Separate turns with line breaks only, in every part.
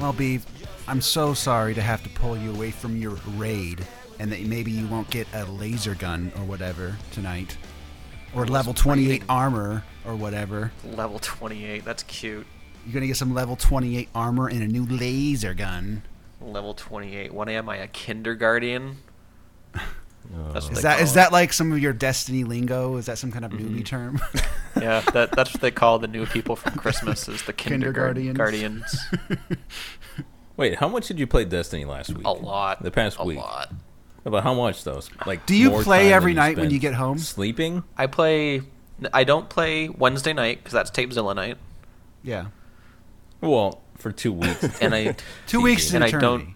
Well, Beeve, I'm so sorry to have to pull you away from your raid and that maybe you won't get a laser gun or whatever tonight. Or level 28
raiding.
armor or whatever.
Level 28. That's cute.
You're going to get some level 28 armor and a new laser gun.
Level 28. What am I, a kindergarten? That's what
Is
they
that
call
is
it.
that like some of your Destiny lingo? Is that some kind of
Mm-hmm.
newbie term?
Yeah, that, that's what they call the new people from Christmas is the kindergarten
Kindergartians.
guardians.
Wait, how much did you play Destiny last week?
A lot.
The past
a
week.
lot.
But how much though? Like,
Do you
more
play
time
every
than
night when
spent
you get home?
Sleeping?
I play. I don't play Wednesday night because that's Tapezilla night,
yeah.
Well, for two weeks.
and I
Two weeks in
and I
eternity.
don't.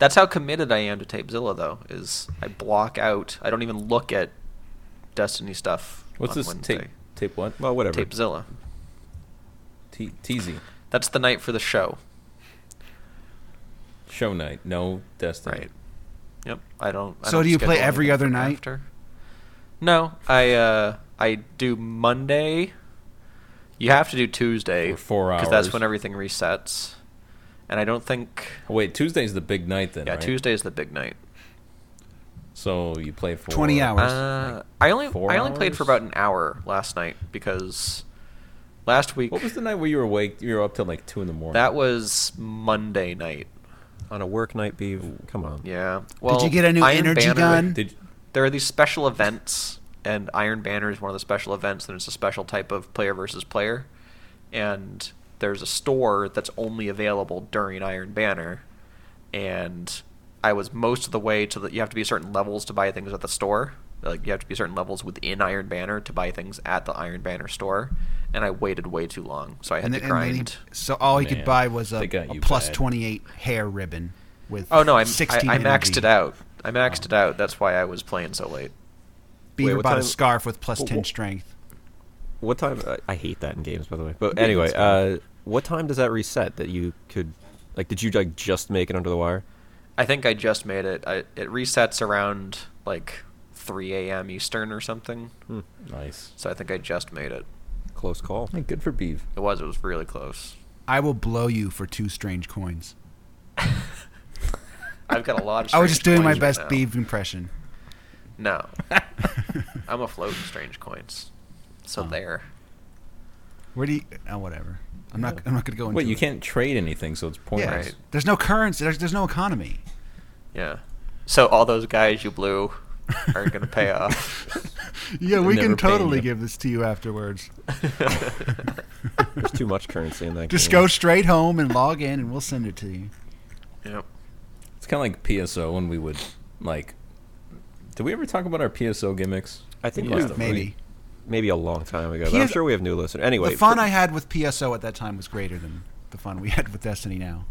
That's how committed I am to Tapezilla, though. Is I block out. I don't even look at Destiny stuff.
What's
on
this
Wednesday.
tape? Tape what? Well, whatever.
Tapezilla.
T- TZ.
That's the night for the show.
Show night. No Destiny.
Right. Yep. I don't. I
So
don't
do you play
schedule
every
anything
other night?
After. No, I uh, I do Monday. You have to do Tuesday
For four
that's
hours.
when everything resets. And I don't think
Oh, Wait, Tuesday's the big night then,
yeah
right?
Tuesday is the big night.
So you play for
20 hours.
Uh, I only
four
I only played for
hours?
about an hour last night because last week
What was the night where you were awake? You were up till like two in the morning.
that was Monday night.
on a work night, Beeve. Come on.
Yeah. Well,
Did you get a new
Iron
energy
Banner-
gun?
Did
there are these special events, and Iron Banner is one of the special events, and it's a special type of player versus player. And there's a store that's only available during Iron Banner, and I was most of the way to the. You have to be certain levels to buy things at the store. Like you have to be certain levels within Iron Banner to buy things at the Iron Banner store, and I waited way too long, so I had
And,
to
then- and then
grind.
he- so all he could
Man,
buy was a,
they got
a
you
plus
bad.
28 hair ribbon with
oh no, I'm, I,
16
I maxed
energy.
it out. I
Oh.
maxed it out. That's why I was playing so late.
Beaver
Wait, what
bought a
time-
scarf with plus
Wh-
10
wh-
strength.
What time? I, I hate that in games, by the way. But anyway, uh, what time does that reset? That you could, like, did you like just make it under the wire?
I think I just made it. I, it resets around like 3 a.m. Eastern or something.
nice.
So I think I just made it.
Close call.
Hey, good for Beef.
It was. It was really close.
I will blow you for two strange coins.
I've got a lot of.
I was just
strange
doing my
coins right
best
now.
Beaver impression.
No, I'm afloat in strange coins. So there.
Where do you? Oh, whatever. I'm not. I'm not gonna go into.
Wait, you
it.
can't trade anything, so it's
Yeah.
pointless.
Right.
There's no currency. There's, there's no economy.
Yeah. So all those guys you blew are gonna pay off.
Yeah,
we can Never paying totally you.
give this to you afterwards.
There's too much currency in that.
Just
game.
go straight home and log in, and we'll send it to you.
Yep.
It's kind of like PSO when we would like. Did we ever talk about our PSO gimmicks?
I think
Yeah.
we have-
Maybe.
maybe a long time ago. But I'm
Here's-
sure we have new listeners. Anyway,
the fun
for-
I had with PSO at that time was greater than the fun we had with Destiny now.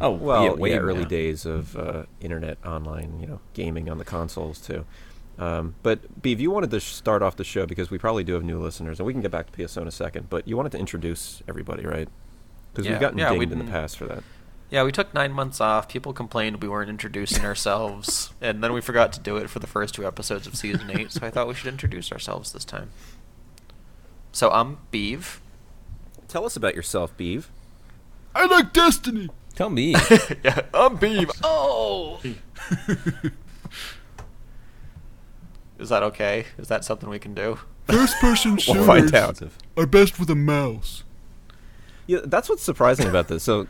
Oh,
well,
yeah,
yeah,
way
early
now.
days of uh, internet online, you know, gaming on the consoles too. Um, but Beav, you wanted to sh- start off the show because we probably do have new listeners, and we can get back to PSO in a second. But you wanted to introduce everybody, right? Because
Yeah,
we've gotten
yeah, we
dinged in the
didn't-
past for that.
Yeah, we took nine months off. People complained we weren't introducing ourselves, and then we forgot to do it for the first two episodes of season eight. So I thought we should introduce ourselves this time. So I'm Beeve.
Tell us about yourself, Beav.
I like Destiny.
Tell me.
yeah, I'm Beeve. Oh, is that okay? Is that something we can do?
First person
We'll find out.
are best with a mouse.
Yeah, that's what's surprising about this. So Uh,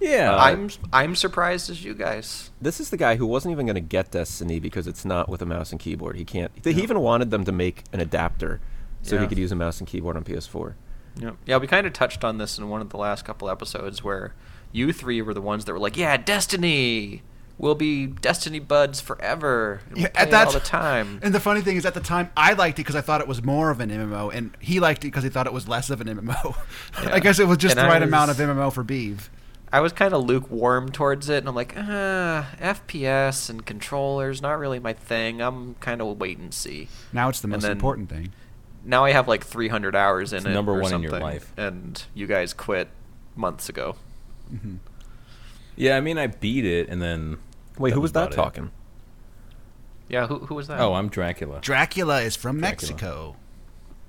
Yeah.
I'm I'm surprised as you guys.
this is the guy who wasn't even going to get Destiny because it's not with a mouse and keyboard. He can't. He even wanted them to make an adapter so
Yeah.
he could use a mouse and keyboard on PS4.
Yep. Yeah, we kind of touched on this in one of the last couple episodes where you three were the ones that were like, "Yeah, Destiny, we'll be Destiny buds forever, and we'll
Yeah,
play
at
it
that
all the time."
And the funny thing is, at the time, I liked it because I thought it was more of an MMO, and he liked it because he thought it was less of an MMO. I
Yeah.
guess it was just
And
the
I
right
was-
amount of MMO for Beeve.
I was kind of lukewarm towards it, and I'm like, uh, FPS and controllers, not really my thing. I'm kind of wait and see.
Now it's the
And
most
then-
important thing.
Now I have like 300 hours in
It's
it,
number
or
one in
something,
your life.
and you guys quit months ago.
yeah, I mean, I beat it, and then.
Wait, who was that
about it.
talking?
Yeah, who who was that?
Oh, I'm Dracula.
Dracula is from
Dracula.
Mexico.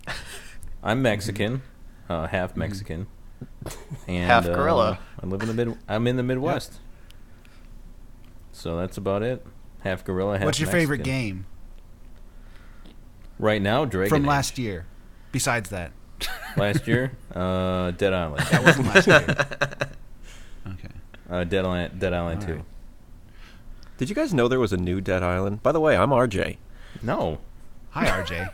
Mhm.
I'm Mexican, uh, half Mexican. and
Half
uh,
gorilla.
I live in the mid. I'm in the Midwest. So that's about it. Half gorilla. Half
What's your favorite
Mexican.
game
right now? Dragon
from
Age.
last year? Besides that,
last year. Uh, Dead Island.
that wasn't last year. Okay.
Uh, Dead Island. Dead Island
All
Two.
right.
Did you guys know there was a new Dead Island? By the way, I'm RJ.
No.
Hi, RJ.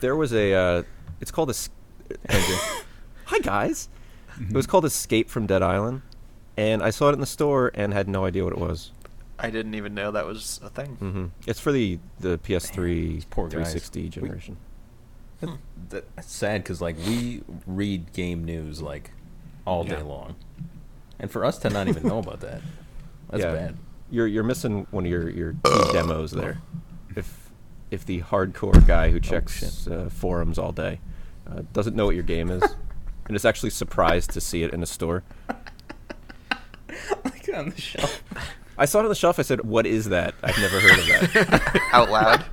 There was a. Uh, it's called a. s- Hi guys. It was called Escape from Dead Island, and I saw it in the store and had no idea what it was.
I didn't even know that was a thing.
hmm It's for the the PS3
poor guys.
360
We-
generation.
That- That's sad because like we read game news like all
Yeah.
day long, and for us to not even know about that, that's
Yeah.
bad.
You're you're missing one of your your key demos there.
Oh.
If if the hardcore guy who checks uh, forums all day uh, doesn't know what your game is, and is actually surprised to see it in a store.
like on the shelf.
I saw it on the shelf. I said, "What is that? I've never heard of that."
Out loud.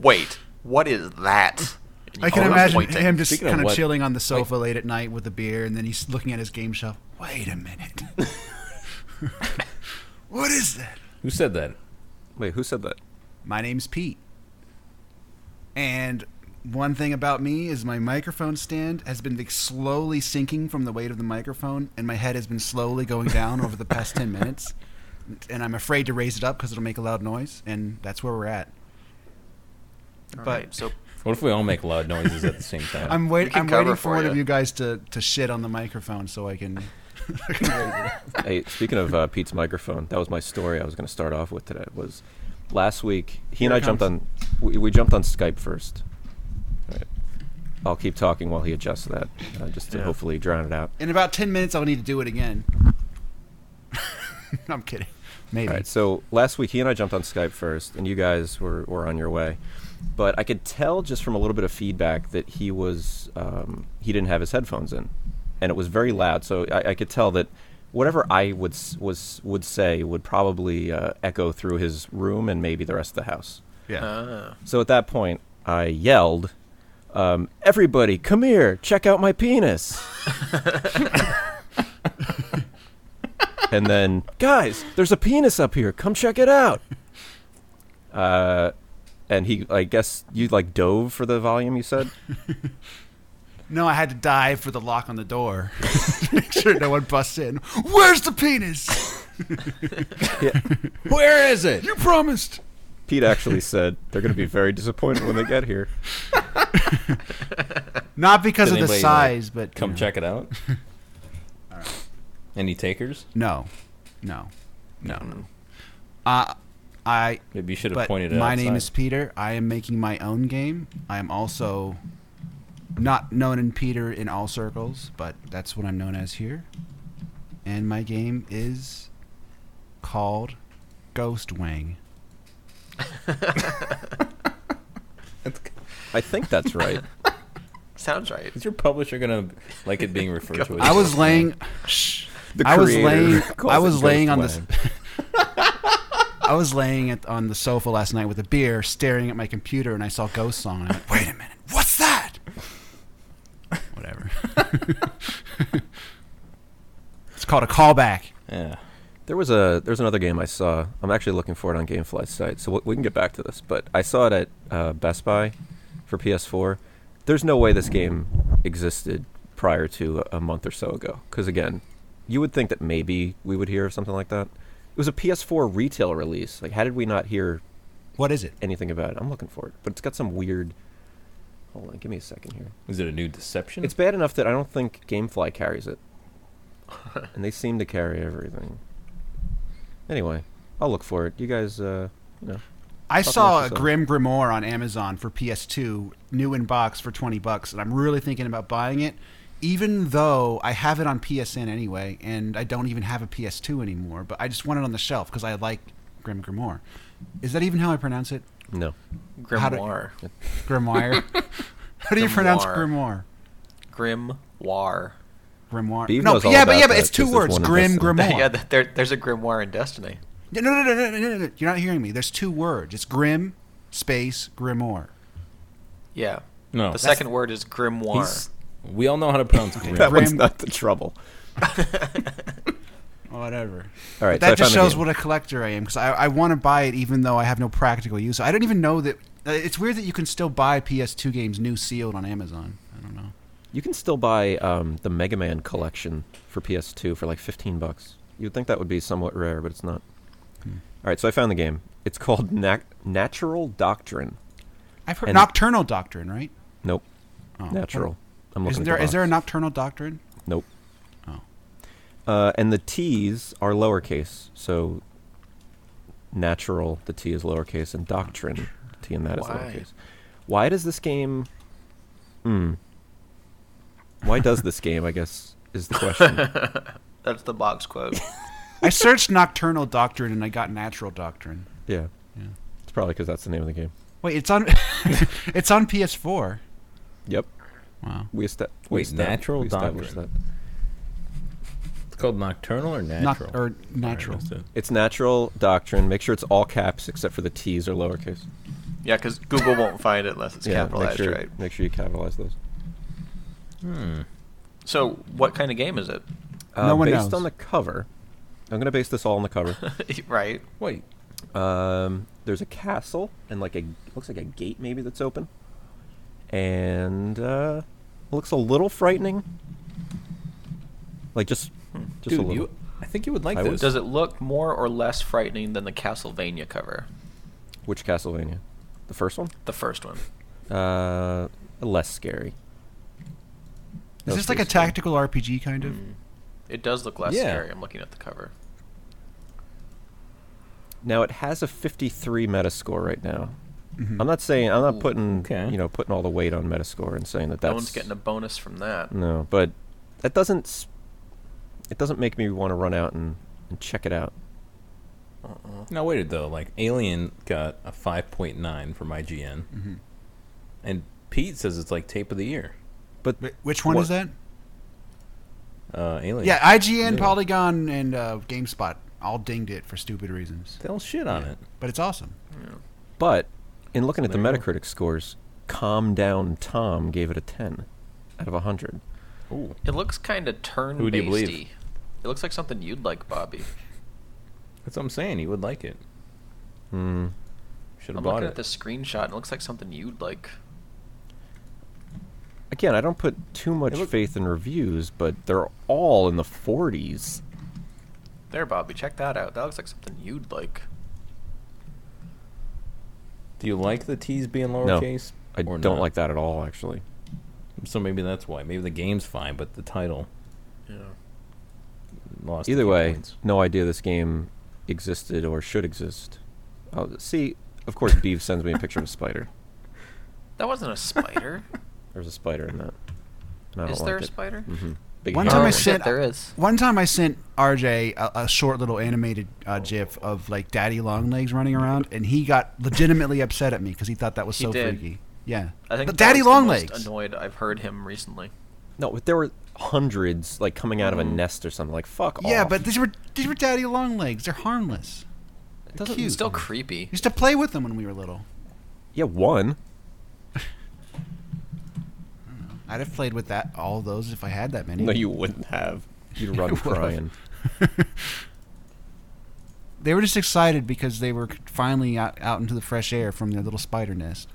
Wait, what is that? And you
I can
keep
imagine
Oh, pointing.
him just
Speaking of
kind of
what-
chilling on the sofa late at night with a beer, and then he's looking at his game shelf. Wait a minute. what is that?
Who said that?
Wait, who said that?
My name's Pete. And one thing about me is my microphone stand has been like, slowly sinking from the weight of the microphone, and my head has been slowly going down over the past 10 minutes. And I'm afraid to raise it up because it'll make a loud noise, and that's where we're at.
All
but-
right, so
What if we all make loud noises at the same time?
I'm,
We
wait-
can
I'm
cover
waiting for,
for
one
ya.
of you guys to, to shit on the microphone so I can. I can raise it up.
hey, speaking of uh, Pete's microphone, that was my story I was going to start off with today. Was last week he and
Here
I
it
jumped
comes.
on we, we jumped on Skype first. All right. I'll keep talking while he adjusts that, uh, just to
Yeah.
hopefully drown it out.
In about 10 minutes, I'll need to do it again. I'm kidding. Maybe.
All right, so last week he and I jumped on Skype first, and you guys were, were on your way, but I could tell just from a little bit of feedback that he was um, he didn't have his headphones in, and it was very loud. So I, I could tell that whatever I would s- was would say would probably uh, echo through his room and maybe the rest of the house.
yeah.
uh,
So at that point, I yelled, um, "Everybody, come here! Check out my penis!" and then, guys, there's a penis up here. Come check it out. Uh, and he, I guess, you like dove for the volume. You said,
No, I had to dive for the lock on the door. Make sure no one busts in. Where's the penis?
Where is it?
You promised.
Pete actually said they're going to be very disappointed when they get here.
Not because
Did
of the
anybody, uh,
size, but
Come
you know.
check it out. Any takers?
No, no, no, no. Uh, I.
Maybe you should have
But
pointed it
my
outside.
name is Peter. I am making my own game. I am also not known in Peter in all circles, but that's what I'm known as here. And my game is called Ghost Wang.
I think that's right.
sounds right.
Is your publisher gonna like it being referred to? as
I was
Ghostwing?
laying.
The
I was
creator
laying.
calls
I
it
was laying on
Ghost
this. I was laying at, on the sofa last night with a beer, staring at my computer, and I saw Ghost Song. And I went, "Wait a minute, what's that?" Whatever. it's called a callback.
Yeah.
There was a there's another game I saw. I'm actually looking for it on GameFly's site, so we- we can get back to this. But I saw it at uh, Best Buy for PS4. There's no way this game existed prior to a a month or so ago. Because again, you would think that maybe we would hear of something like that. It was a PS4 retail release. Like, how did we not hear
What is it?
anything about it? I'm looking for it, but it's got some weird. Hold on, give me a second here.
Is it a new deception?
It's bad enough that I don't think GameFly carries it, and they seem to carry everything. Anyway, I'll look for it. You guys, uh, you know,
I
Fuck
saw
off
a
yourself.
Grim Grimoire on Amazon for PS2, new in box for 20 bucks, and I'm really thinking about buying it, even though I have it on PSN anyway, and I don't even have a PS2 anymore, but I just want it on the shelf because I like Grim Grimoire. Is that even how I pronounce it?
no.
How do-
Grimoire.
Grimoire? how do you pronounce Grimoire?
Grimoire. Grimoire.
Grimoire.
Beav
no,
knows
but
all
yeah, but
about
yeah, but
that
it's two
'cause there's
words.
one in
Grim
Destiny.
Grimoire.
Yeah, th- there, there's a grimoire in Destiny.
No, no, no, no, no, no, no. You're not hearing me. There's two words. It's Grim space Grimoire.
Yeah.
no.
The second word is grimoire.
He's, We all know how to pronounce Grim.
That one's
Grim-
not the trouble.
Whatever.
All right,
But that
so I
just
found the
shows
game.
what a collector I am because I, I want to buy it even though I have no practical use. I don't even know that. uh, It's weird that you can still buy PS2 games new sealed on Amazon. I don't know.
You can still buy um, the Mega Man collection for PS2 for like 15 bucks. You'd think that would be somewhat rare, but it's not.
Hmm.
All right, so I found the game. It's called Na- Natural Doctrine.
I've heard
And-
Nocturnal Doctrine, right?
Nope,
Oh,
natural. I'm
What,
looking
isn't
at
there
the
is there a
box.
Nocturnal Doctrine?
Nope.
Oh.
Uh, and the T's are lowercase, so natural, the T is lowercase, and doctrine, the T in that is
Why?
lowercase. Why does this game. Hmm. Why does this game, I guess, is the question.
That's the box quote.
I searched Nocturnal Doctrine and I got Natural Doctrine.
yeah.
Yeah.
It's probably because that's the name of the game.
Wait, it's on it's on PS4.
Yep.
Wow.
We, esta-
Wait,
we, esta-
Natural
we established
Doctrine.
that.
It's called Nocturnal or
Noc-
Natural?
or natural.
Alright, that's it.
It's natural doctrine. Make sure it's all caps except for the T's or lowercase.
yeah, because Google won't find it unless it's
make
capitalized,
sure,
right?
Make sure you capitalize those.
Hmm.
So, what kind of game is it?
Uh,
No one
based
knows.
on the cover, I'm going to base this all on the cover.
right.
Wait.
Um, there's a castle and like a looks like a gate maybe that's open, and uh, looks a little frightening. Like just, just a
Dude,
little.
you, I think you would like
I would.
this.
Does it look more or less frightening than the Castlevania cover?
Which Castlevania? The first one.
The first one.
Uh, less scary.
Is
That's
this like a
pretty scary.
tactical RPG kind of?
Mm.
It does look less
Yeah.
scary. I'm looking at the cover.
Now it has a 53 Metascore right now.
Mhm.
I'm not saying I'm not
Ooh,
putting
okay.
you know putting all the weight on Metascore and saying that that's
No
Mm.
one's getting a bonus from that.
No, but that doesn't s- it doesn't make me want to run out and, and check it out.
Now wait it though. Like Alien got a five point nine from IGN,
Mm-hmm.
and Pete says it's like tape of the year.
But
Wh- Which one
What?
is that?
Uh, Alien.
Yeah, IGN,
Yeah.
Polygon, and uh, GameSpot all dinged it for stupid reasons.
They'll shit on it.
But it's awesome.
but in looking at the
There you
Metacritic scores, Calm Down Tom gave it a 10 out of 100.
Ooh.
It looks kind of turn
Who do you believe?
basedy. It looks like something you'd like, Bobby.
That's what I'm saying. You would like it.
Hmm.
Should
I'm looking
have bought
at
it.
this screenshot. and It looks like something you'd like.
Again, I don't put too much
It look-
faith in reviews, but they're all in the 40s.
There, Bobby. Check that out. That looks like something you'd like.
Do you like the T's being
No,
lowercase?
I
or
don't
not?
like that at all, actually.
So maybe that's why. Maybe the game's fine, but the title
Yeah.
lost. a
Either
few
way,
points.
no idea this game existed or should exist. Oh, see, of course, Beeve sends me a picture of a spider.
That wasn't a spider.
There's a spider in that. And I
Is
don't
there
like
a
it.
spider?
Mhm. Big
One
hand.
time I
Oh,
sent
shit, there is.
One time I sent RJ a, a short little animated uh, GIF of like Daddy Longlegs running around, and he got legitimately upset at me because he thought that was
He
so
did.
freaky. Yeah,
I think
but
that
Daddy
was the most
Longlegs.
Annoyed. I've heard him recently.
No, but there were hundreds like coming out of a nest or something. Like fuck
Mm. Yeah,
off.
but these were these were Daddy Longlegs. They're harmless. They're
Doesn't-
cute.
Still creepy.
used to play with them when we were little.
yeah, one.
I'd have played with that all those if I had that many.
No, you wouldn't have. You'd run
would've.
crying.
They were just excited because they were finally out, out into the fresh air from their little spider nest.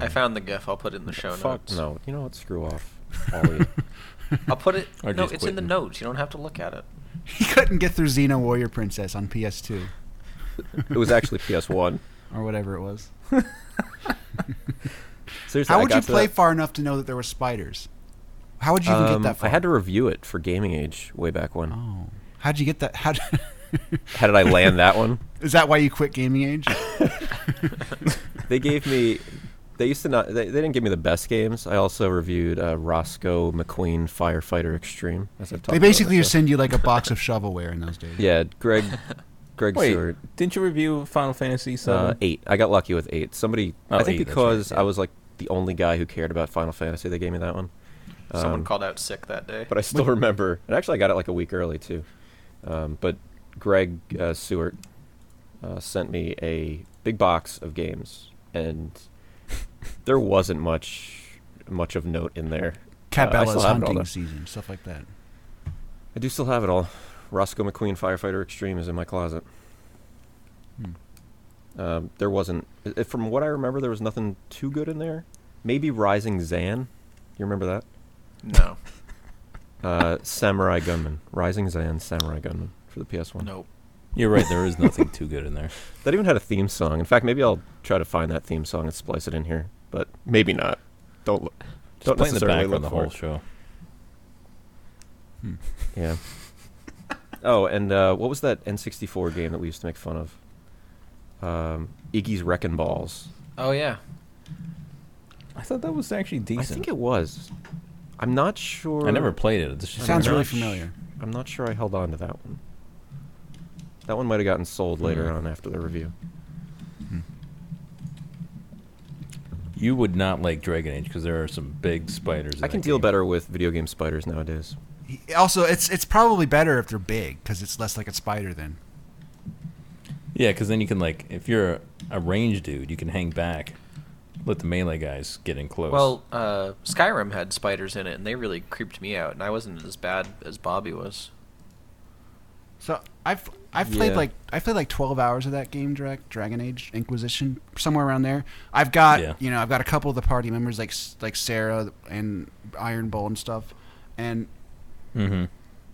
I found the gif. I'll put it in the show
Fuck
notes.
no. You know what? Screw off. Ollie.
I'll put it.
Or
no,
just
it's in the
quitting.
notes. You don't have to look at it.
He couldn't get through Xena Warrior Princess on PS2
it was actually PS One.
or whatever it was.
Seriously,
How
I
would
got
you
to
play
that-
far enough to know that there were spiders? How would you even
Um,
get that far?
I had to review it for Gaming Age way back when.
Oh, how'd you get that? How?
How did I land that one?
Is that why you quit Gaming Age?
They gave me. They used to not. They, they didn't give me the best games. I also reviewed uh, Roscoe McQueen Firefighter Extreme, as I've talked.
they
about on
basically
the
just
show.
send you like a box of shovelware in those days.
Yeah, Uh, Greg. Greg
Wait,
Stewart.
didn't you review Final Fantasy
Uh,
Seven?
eight. I got lucky with eight. Somebody.
Oh,
I think
eight, that's right,
because
yeah.
I was like the only guy who cared about Final Fantasy, they gave me that one.
Someone
Um,
called out sick that day.
But I still remember. And actually, I got it like a week early too. Um, but Greg uh, Stewart uh, sent me a big box of games, and there wasn't much much of note in there. Uh, I
Cabela's
still have it all, though.
hunting season, stuff like that.
I do still have it all. Roscoe McQueen Firefighter Extreme is in my closet.
Hmm.
Um, there wasn't, i- i- from what I remember, there was nothing too good in there. Maybe Rising Zan. You remember that?
No.
Uh, Samurai Gunman. Rising Zan, Samurai Gunman for the PS1.
Nope.
You're right. There is nothing too good in there.
That even had a theme song. In fact, maybe I'll try to find that theme song and splice it in here, but maybe not. Don't look.
Just
Don't
play in the
necessarily
background
look
the
for
whole show.
it. Yeah. Oh, and uh, what was that N64 game that we used to make fun of? Um, Iggy's Wrecking Balls.
Oh yeah.
I thought that was actually
I
decent. I,
think it was. I'm not sure.
never played it. It's just
Sounds
not
really
sh-
familiar.
I'm not sure I held on to that one. That one might have gotten sold
Hmm.
later on after the review.
You would not like Dragon Age because there are some big spiders. In
I can
that
deal
game.
better with video game spiders nowadays.
Also, it's it's probably better if they're big because it's less like a spider then.
Yeah, because then you can like, if you're a, a range dude, you can hang back, let the melee guys get in close.
Well, uh, Skyrim had spiders in it, and they really creeped me out. And I wasn't as bad as Bobby was.
So I've I've played
Yeah.
like I played like twelve hours of that game, Drag, Dragon Age Inquisition, somewhere around there. I've got
Yeah.
you know I've got a couple of the party members like S- like Sarah and Iron Bull and stuff, and
mm-hmm.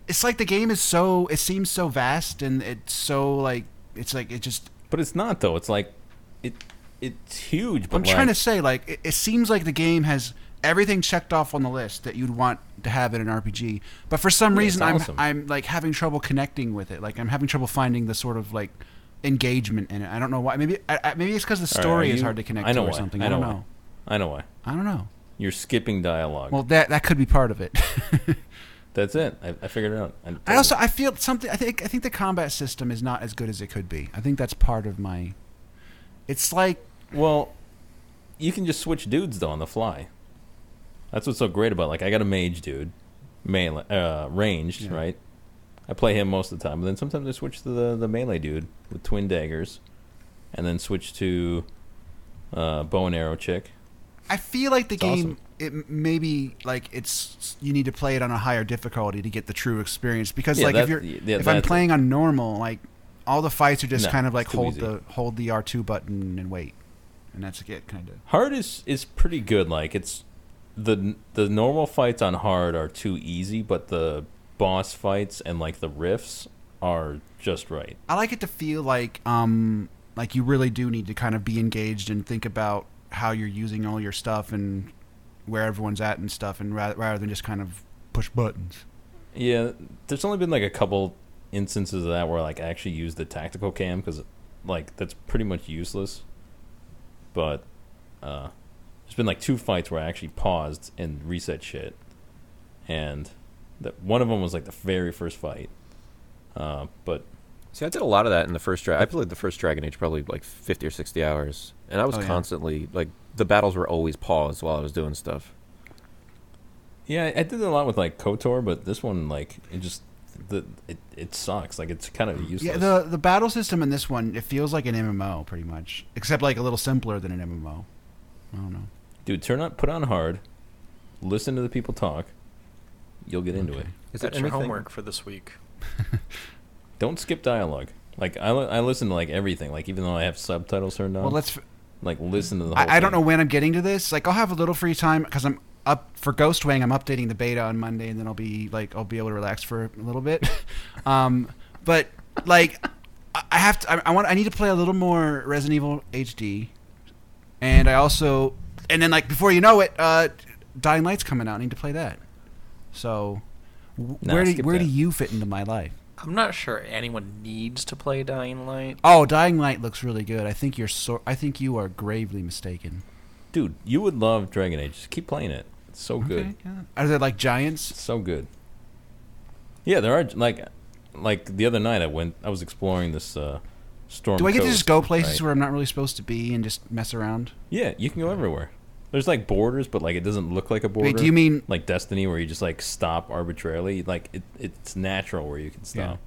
it's like the game is so it seems so vast and it's so like it's like it just
but it's not though. It's like, it it's huge. But
I'm trying to
like-
say like it, it seems like the game has everything checked off on the list that you'd want to have in an RPG, but for some
Yeah, it's
reason I'm
awesome.
I'm like having trouble connecting with it. Like I'm having trouble finding the sort of like engagement in it. I don't know why. Maybe I, I, maybe it's because the
All right,
story
are
is
you-
hard to connect
I know
to or
why.
something.
I,
I, don't
know why.
know.
I know why.
I don't know.
You're skipping dialogue.
Well, that that could be part of it.
That's it. I, I figured it out. I,
I also I feel something. I think I think the combat system is not as good as it could be. I think that's part of my. It's like
well, you can just switch dudes though on the fly. That's what's so great about. it. Like I got a mage dude, melee, uh, ranged,
Yeah.
right? I play him most of the time, but then sometimes I switch to the the melee dude with twin daggers, and then switch to uh, bow and arrow chick.
I feel like the
It's
game
awesome.
it maybe like it's you need to play it on a higher difficulty to get the true experience because
Yeah,
like if
that-
you're
yeah,
if I'm
that's it.
playing on normal like all the fights are just
No,
kind of like
it's too
hold
easy.
the hold the R two button and wait and that's it kind of
Hard is is pretty good. Like it's the the normal fights on hard are too easy, but the boss fights and like the riffs are just right.
I like it to feel like um like you really do need to kind of be engaged and think about how you're using all your stuff and where everyone's at and stuff and rather, rather than just kind of push buttons
Yeah, there's only been like a couple instances of that where like I actually used the tactical cam because like that's pretty much useless. But uh, there's been like two fights where I actually paused and reset shit, and that one of them was like the very first fight. Uh, but
See, I did a lot of that in the first dragon. I played the first Dragon Age probably like 50 or 60 hours, and I was
Oh, yeah.
constantly like the battles were always paused while I was doing stuff.
Yeah, I- I did a lot with like Kotor, but this one like it just the it, it sucks. Like it's kind of useless.
Yeah, the the battle system in this one it feels like an MMO pretty much, except like a little simpler than an MMO. I don't know.
Dude, turn on put on hard, listen to the people talk, you'll get into it.
Is
That's your homework for this week.
Don't skip dialogue. Like I, li- I listen to like everything. Like even though I have subtitles turned on,
Well, let's.
like listen to the. Whole
I, I don't
thing.
know when I'm getting to this. Like, I'll have a little free time because I'm up for Ghostwing. I'm updating the beta on Monday, and then I'll be like, I'll be able to relax for a little bit. um, but like, I I have to. I, I want. I need to play a little more Resident Evil HD, and I also, and then like before you know it, uh, Dying Light's coming out. I need to play that. So, w-
Nah,
where do,
skip
where do
that.
you fit into my life?
I'm not sure anyone needs to play Dying Light.
Oh, Dying Light looks really good. I think you're so. I think you are gravely mistaken.
dude. You would love Dragon Age. Just keep playing it. It's so good,
yeah. Are there like giants?
so good. Yeah, there are like, like the other night I went. I was exploring this uh, storm.
Do I get to
Coast,
just go places
right?
where I'm not really supposed to be and just mess around?
Yeah, you can go everywhere. There's like borders, but like it doesn't look like a border.
Wait, do you mean?
like Destiny, where you just like stop arbitrarily? Like it, it's natural where you can stop.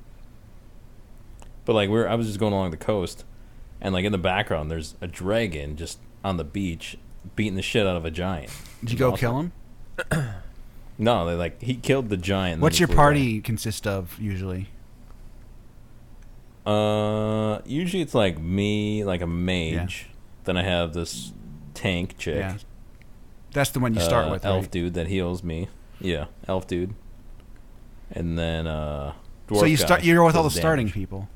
But like we're, I was just going along the coast, and like in the background, there's a dragon just on the beach beating the shit out of a giant.
Did you go kill him?
No, they like he killed the giant. and
What's your
then he flew away.
party consist of usually?
Uh, usually it's like me, like a mage. Then I have this tank chick.
Yeah. That's the one you start
uh,
with.
elf
right?
dude that heals me. Yeah, elf dude. And then uh, dwarf
So you
guy
start. You're with
does
all the starting
damage.
people.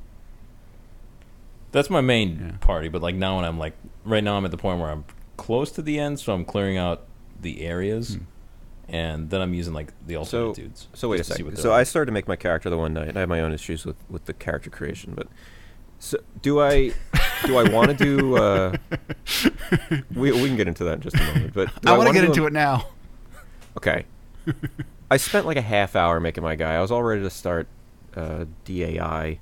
That's my main
Yeah.
party, but like now when I'm like right now I'm at the point where I'm close to the end, so I'm clearing out the
Hmm.
areas, and then I'm using like the
So,
alternate dudes.
so wait a
just to see
second.
what
So
they're
I
like.
started to make my character the one night, and I have my own issues with, with the character creation. But so do I? do I want to do? Uh, we we can get into that in just a moment. But do
I want to
wanna
get into
do a-
it now.
Okay. I spent like a half hour making my guy. I was all ready to start uh, DAI.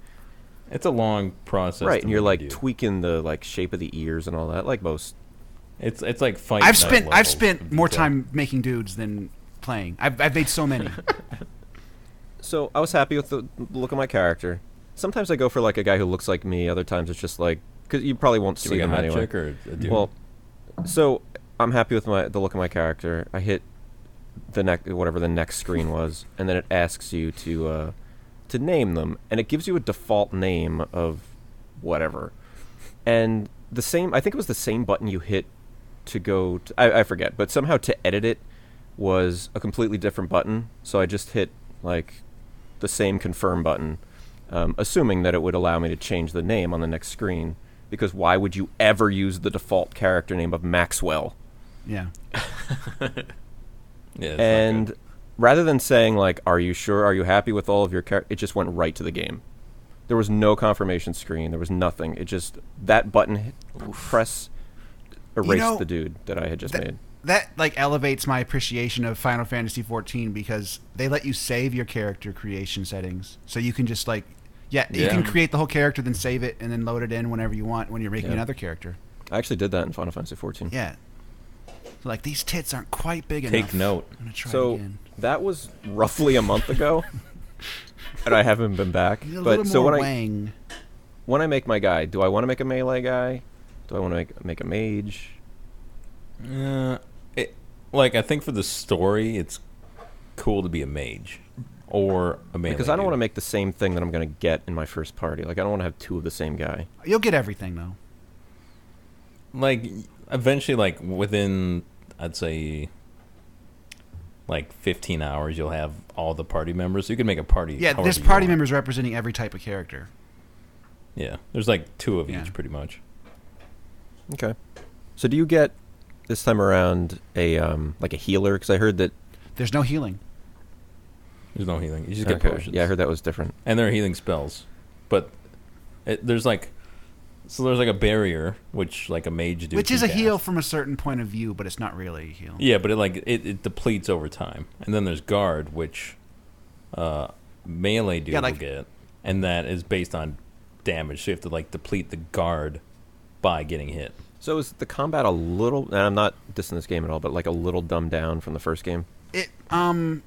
it's a long process,
right,
to
and you're
really
like
do.
tweaking the like shape of the ears and all that, like most.
it's it's like fight.
I've
night
spent I've
levels
spent
of
more
detail.
time making dudes than playing. I've I've made so many.
So I was happy with the look of my character. Sometimes I go for like a guy who looks like me. Other times it's just like because you probably won't
Do
see
we get
them
a hot
anyway.
chick or a dude?
Well, so I'm happy with my the look of my character. I hit the neck whatever the next screen was, and then it asks you to uh, to name them, and it gives you a default name of whatever, and the same. I think it was the same button you hit to go. To, I, I forget, but somehow to edit it was a completely different button. So I just hit like the same confirm button, um, assuming that it would allow me to change the name on the next screen. Because why would you ever use the default character name of Maxwell?
yeah.
yeah, it's not
and
good.
rather than saying like, "Are you sure? Are you happy with all of your character?" It just went right to the game. There was no confirmation screen. There was nothing. It just that button hit, press erased
know,
the dude that I had just
That,
made.
that like elevates my appreciation of Final Fantasy 14 because they let you save your character creation settings, so you can just like. Yeah, you
Yeah.
can create the whole character, then save it, and then load it in whenever you want when you're making
Yeah.
another character.
I actually did that in Final Fantasy 14.
Yeah. So, like these tits aren't quite big enough.
take note.
I'm gonna try
So
again.
that was roughly a month ago, and I haven't been back.
Need a
But
little
so
more
when I
wang.
when I make my guy, do I want to make a melee guy? Do I want to make make a mage?
Uh, it, like I think for the story, it's cool to be a mage or a melee.
Because I don't
dude.
want to make the same thing that I'm going to get in my first party. Like I don't want to have two of the same guy.
You'll get everything though.
like eventually like within I'd say like 15 hours you'll have all the party members. So you can make a party.
Yeah,
however
this
you
party
want.
member's representing every type of character.
Yeah, there's like two of
Yeah.
each pretty much.
Okay. So do you get this time around a um like a healer? Because I heard that.
There's no healing.
There's no healing. You just get
Okay.
potions.
Yeah, I heard that was different.
and there are healing spells, but it, there's like so there's like a barrier which like a mage dude
Which
can
is a
cast.
heal from a certain point of view, but it's not really a heal.
Yeah, but it like it, it depletes over time, and then there's guard, which uh, melee dude
Yeah, like-
will get, and that is based on damage. So you have to like deplete the guard by getting hit.
So is the combat a little? And I'm not dissing this game at all, but like a little dumbed down from the first game.
It um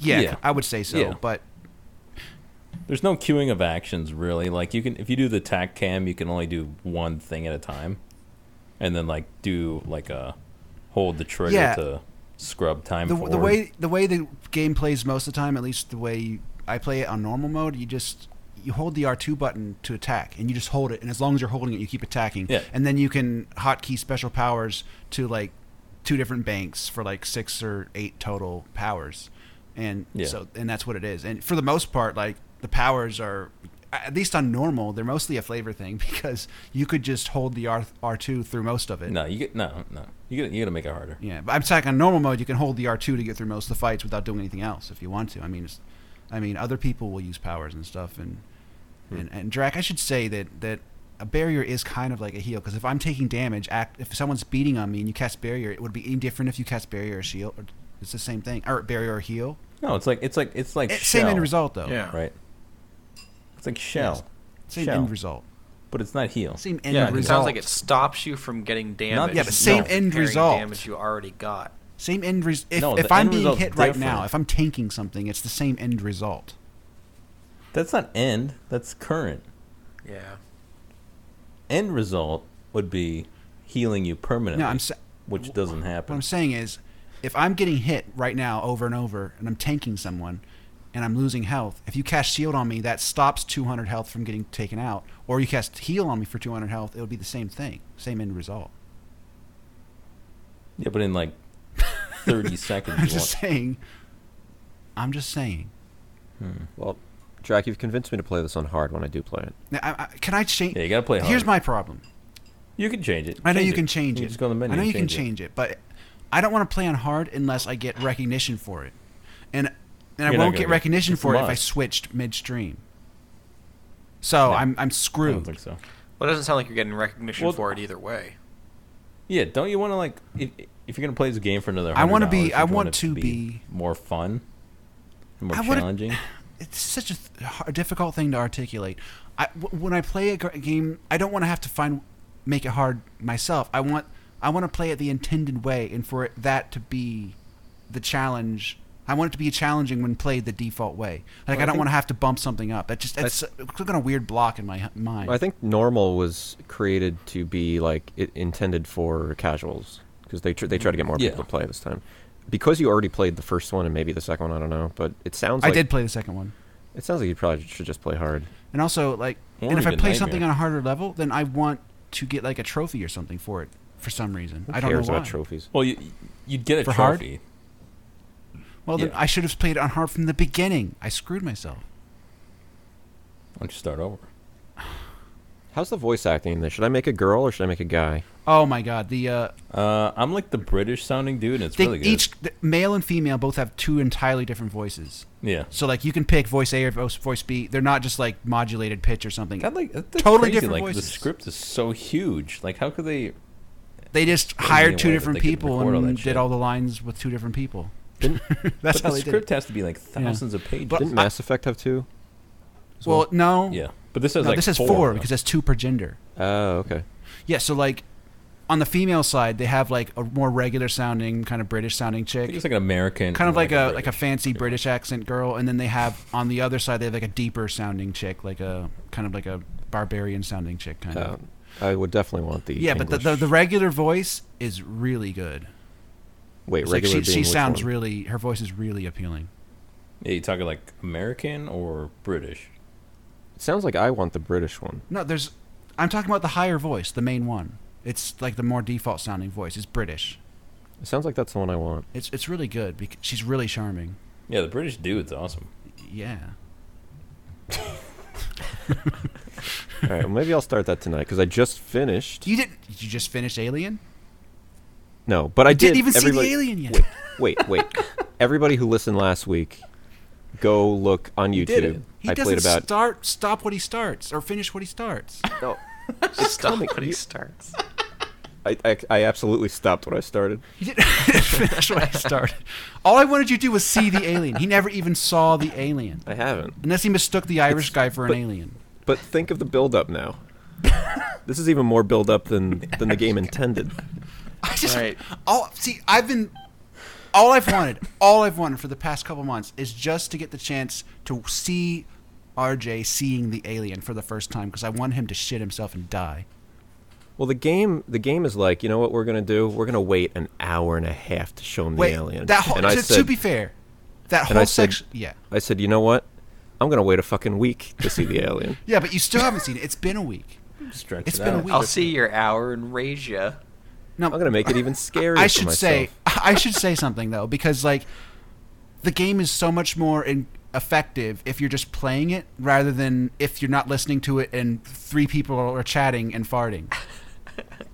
yeah,
Yeah.
I would say so,
Yeah.
but
There's no queuing of actions really. Like you can if you do the tac cam, you can only do one thing at a time, and then like do like a hold the trigger
Yeah.
to scrub time.
the,
forward.
the way the way the game plays most of the time, at least the way I play it on normal mode, you just you hold the R2 button to attack and you just hold it and as long as you're holding it, you keep attacking.
Yeah.
And then you can hotkey special powers to like two different banks for like six or eight total powers. And
Yeah.
so and that's what it is. And for the most part, like the powers are at least on normal, they're mostly a flavor thing because you could just hold the R R2 through most of it.
no, you get no no you got you got to make it harder.
Yeah, but I'm saying on normal mode, you can hold the R2 to get through most of the fights without doing anything else if you want to. I mean, it's, I mean, other people will use powers and stuff, and
Hmm.
and and Drac, I should say that that a barrier is kind of like a heal because if I'm taking damage, act if someone's beating on me and you cast barrier, it would be any different if you cast barrier or shield. Or, it's the same thing, or barrier or heal.
No, it's like it's like it's like
It- Eh, same end
shell,
result though.
Yeah.
right? It's like shell,
Yes. Same
Shell.
end result.
but it's not heal.
Same end
yeah,
result.
it sounds like it stops you from getting damage.
Yeah, but
same
not
end
repairing
result.
Damage you already got.
Same end result. If,
No,
if
the
I'm
end
being
result's
hit right now,
different.
if I'm tanking something, it's the same end result.
That's not end. That's current.
Yeah.
End result would be healing you permanently,
No, I'm sa-
which doesn't
What I'm
happen.
saying is, if I'm getting hit right now over and over, and I'm tanking someone, and I'm losing health, if you cast shield on me, that stops 200 health from getting taken out, or you cast heal on me for 200 health, it'll be the same thing, same end result.
Yeah, but in like 30 seconds.
I'm
you
just
want-
saying. I'm just saying.
Well, Jack, you've convinced me to play this on hard when I do play it.
Now, I, I, can I change?
Yeah, you gotta play hard.
Here's my problem.
you can change it.
I know
Change
you
it.
can change
You
it.
just go on the menu
I know
and
you can
change
change it, but I don't want to play on hard unless I get recognition for it, and and I
You're not
won't
gonna
get
get-
recognition
it's a
for it if I
must.
switched midstream. So
No.
I'm I'm
I don't
screwed.
think so.
Well, it doesn't sound like you're getting recognition
Well-
for it either way.
Yeah, don't you want to like if, if you're gonna play this game for another?
I wanna
want
be- I want
it
to be-
more fun, and more
I wanna-
challenging.
It's such a, th- a difficult thing to articulate. I w when I play a gr- a game, I don't want to have to find make it hard myself. I want I want to play it the intended way, and for it, that to be the challenge. I want it to be challenging when played the default way. Like
Well, I
I don't
think-
want to have to bump something up. That just that's it's like on a weird block in my h- mind.
I think normal was created to be like it intended for casuals because they tr- they try to get more
Yeah.
people to play this time. Because you already played the first one and maybe the second one, I don't know, but it sounds
I
like
did play the second one,
it sounds like you probably should just play hard.
and also like,
Or
and if I
even
play something
Nightmare.
on a harder level, then I want to get like a trophy or something for it for some reason.
Who
I don't
cares
know why.
about trophies.
Well, you you'd get a
For hard?
trophy.
well, then
Yeah.
I should have played it on hard from the beginning. I screwed myself.
Why don't you start over?
How's the voice acting in this? Should I make a girl or should I make a guy?
Oh my god, the uh,
Uh, I'm like the British sounding dude, and it's
they,
really good.
each the, male and female both have two entirely different voices.
yeah,
So like you can pick voice A or voice, voice B. They're not just like modulated pitch or something.
God, like that's
Totally
crazy.
different
Like
voices.
the script is so huge. Like how could they?
They just
There's
hired
no
two
way that
different
they could
people
record all
and
that
did
shit.
all the lines with two different people.
Didn't,
That's
but
how
the
they did.
script
It.
has to be like thousands of pages.
But
didn't
I-
Mass Effect have two? as
Well, no,
yeah, but this has
no,
like
this is four,
four
because that's two per gender.
Oh, okay.
Yeah, so like on the female side, they have like a more regular sounding kind of British sounding
I think
chick,
it's like an American,
kind of
and,
like a like a
British.
fancy British accent girl, and then they have on the other side they have like a deeper sounding chick, like a kind of like a barbarian sounding chick kind of.
Um, I would definitely want the
Yeah, but the, the
English-
the regular voice is really good.
wait
It's
regular
like she,
being
she
which
sounds
one?
really her voice is really appealing.
Yeah, you talking like American or British?
It sounds like I want the British one.
No, there's I'm talking about the higher voice, the main one. It's like the more default sounding voice. It's British.
It sounds like that's the one I want.
It's it's really good because she's really charming.
Yeah, the British dude's awesome.
Yeah.
All right, well, maybe I'll start that tonight because I just finished.
You didn't you just finished Alien?
No, but I
You didn't
did.
even
everybody-
see the Alien yet.
Wait, wait, wait. everybody who listened last week, go look on
You did
YouTube.
it.
He
I
doesn't
played about.
start stop what he starts or finish what he starts.
no,
Stop
coming.
when he
You-
starts.
I, I, I absolutely stopped what I started.
He didn't finish what he started. All I wanted you to do was see the alien. He never even saw the alien.
I haven't.
Unless he mistook the Irish
It's-
guy for
but-
an alien.
But think of the build-up now. this is even more build-up than than the game intended.
I just
Right.
all see. I've been all I've wanted, all I've wanted for the past couple months is just to get the chance to see RJ seeing the alien for the first time because I want him to shit himself and die.
Well, the game the game is like, you know what we're gonna do? We're gonna wait an hour and a half to show him
Wait,
the alien.
that whole
and I
to, to
said,
be fair, that
and I
whole
said-
section, yeah,
I said, you know what? I'm gonna wait a fucking week to see the alien.
yeah, but you still haven't seen it. It's been a week.
Stretch
It's
it
been a
out.
week.
I'll see your hour and raise you.
No,
I'm gonna make it even scarier.
I
for
should
myself.
say I should say something though because like the game is so much more in- effective if you're just playing it rather than if you're not listening to it and three people are chatting and farting.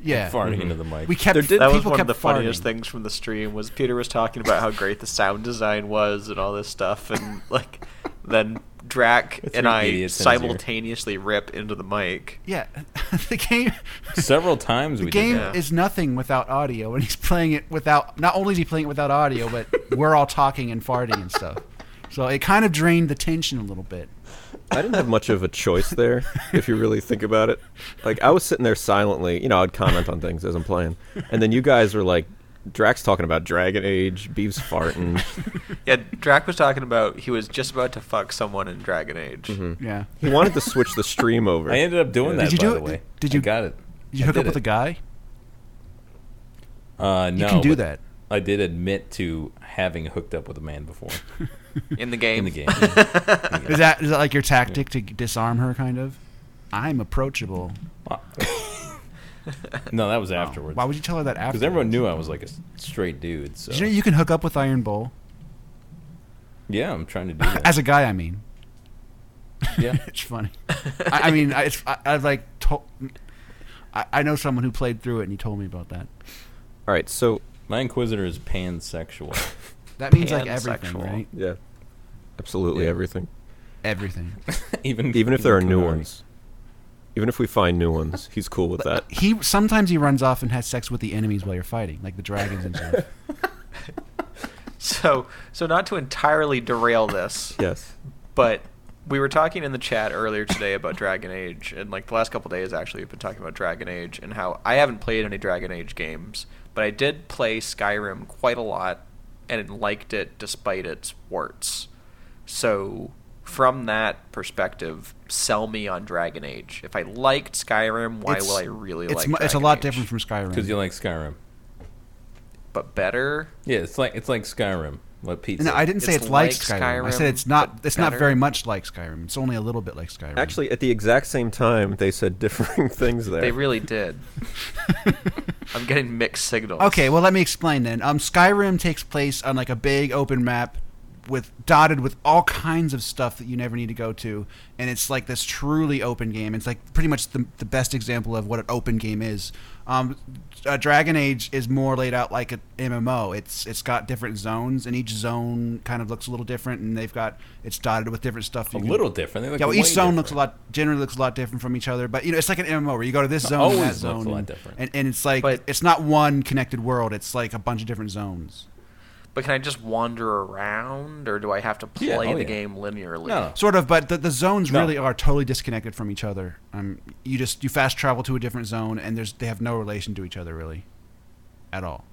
Yeah,
farting into the mic.
we kept
There did-
That was
people
one of
kept
the funniest
farting.
things from the stream was Peter was talking about how great the sound design was and all this stuff, and like then Drac
With
and
three
I
idiots in his ear.
simultaneously rip into the mic.
Yeah, the game
Several times we
the game
did that.
that.
is nothing without audio, and he's playing it without. Not only is he playing it without audio, but we're all talking and farting and stuff. So it kind of drained the tension a little bit.
I didn't have much of a choice there, if you really think about it. Like I was sitting there silently, you know, I'd comment on things as I'm playing. And then you guys were like Drax talking about Dragon Age, Beebs farting.
Yeah, Drac was talking about he was just about to fuck someone in Dragon Age.
Mm-hmm.
Yeah,
He wanted to switch the stream over.
I ended up doing
Yeah.
that.
Did you
by
do
the
it?
way,
Did
I
you-
got it?
did you
I
hook up
did
with
it.
a guy?
Uh, no,
You can do
but,
that.
I did admit to having hooked up with a man before
in the game.
in the game. In the game.
Is that is that like your tactic to disarm her? Kind of. I'm approachable.
No, that was
Oh,
afterwards.
Why would you tell her that after?
Because everyone knew I was like a s- straight dude. So
Did you know you can hook up with Iron Bull?
yeah, I'm trying to do that.
As a guy, I mean.
yeah,
It's funny. I, I mean, I, it's, I, I've like told. I, I know someone who played through it, and he told me about that.
All right, so
my inquisitor is pansexual.
That means like everything,
Pansexual.
right?
yeah, absolutely
Yeah.
everything.
Everything.
even
Even if there are new
Konami.
ones, even if we find new ones, he's cool with that.
He sometimes he runs off and has sex with the enemies while you're fighting, like the dragons and stuff.
So, so not to entirely derail this,
Yes.
but we were talking in the chat earlier today about Dragon Age, and like the last couple days, actually, we've been talking about Dragon Age and how I haven't played any Dragon Age games, but I did play Skyrim quite a lot and liked it despite its warts. So, from that perspective, sell me on Dragon Age. If I liked Skyrim, why
It's-
will I really
it's
like?
mu- it's a
Dragon
lot
Age?
different from Skyrim.
because you like Skyrim.
but better.
Yeah, it's like it's like Skyrim. What pizza?
no, I didn't say
It's
it's like
like
Skyrim. I said
Skyrim,
it's not.
but
It's not
better.
very much like Skyrim. It's only a little bit like Skyrim.
Actually, at the exact same time, they said differing things there.
They really did. I'm getting mixed signals.
Okay, well, let me explain then. Um, Skyrim takes place on like a big open map with dotted with all kinds of stuff that you never need to go to, and it's like this truly open game. It's like pretty much the, the best example of what an open game is. Um, uh, Dragon Age is more laid out like an MMO. It's it's got different zones, and each zone kind of looks a little different, and they've got it's dotted with different stuff.
a
you can-
little different. They look
yeah, well, each
way
zone looks a
different.
lot generally looks a lot different from each other, but you know it's like an MMO where you go to this zone,
always
and that
looks
zone,
a lot
and,
different.
and and it's like
But-
it's not one connected world. It's like a bunch of different zones.
But can I just wander around, or do I have to play
Yeah, oh,
the
yeah.
game linearly?
No, no.
Sort of, but the, the zones
No.
really are totally disconnected from each other. Um, you just you fast travel to a different zone, and there's they have no relation to each other really, at all.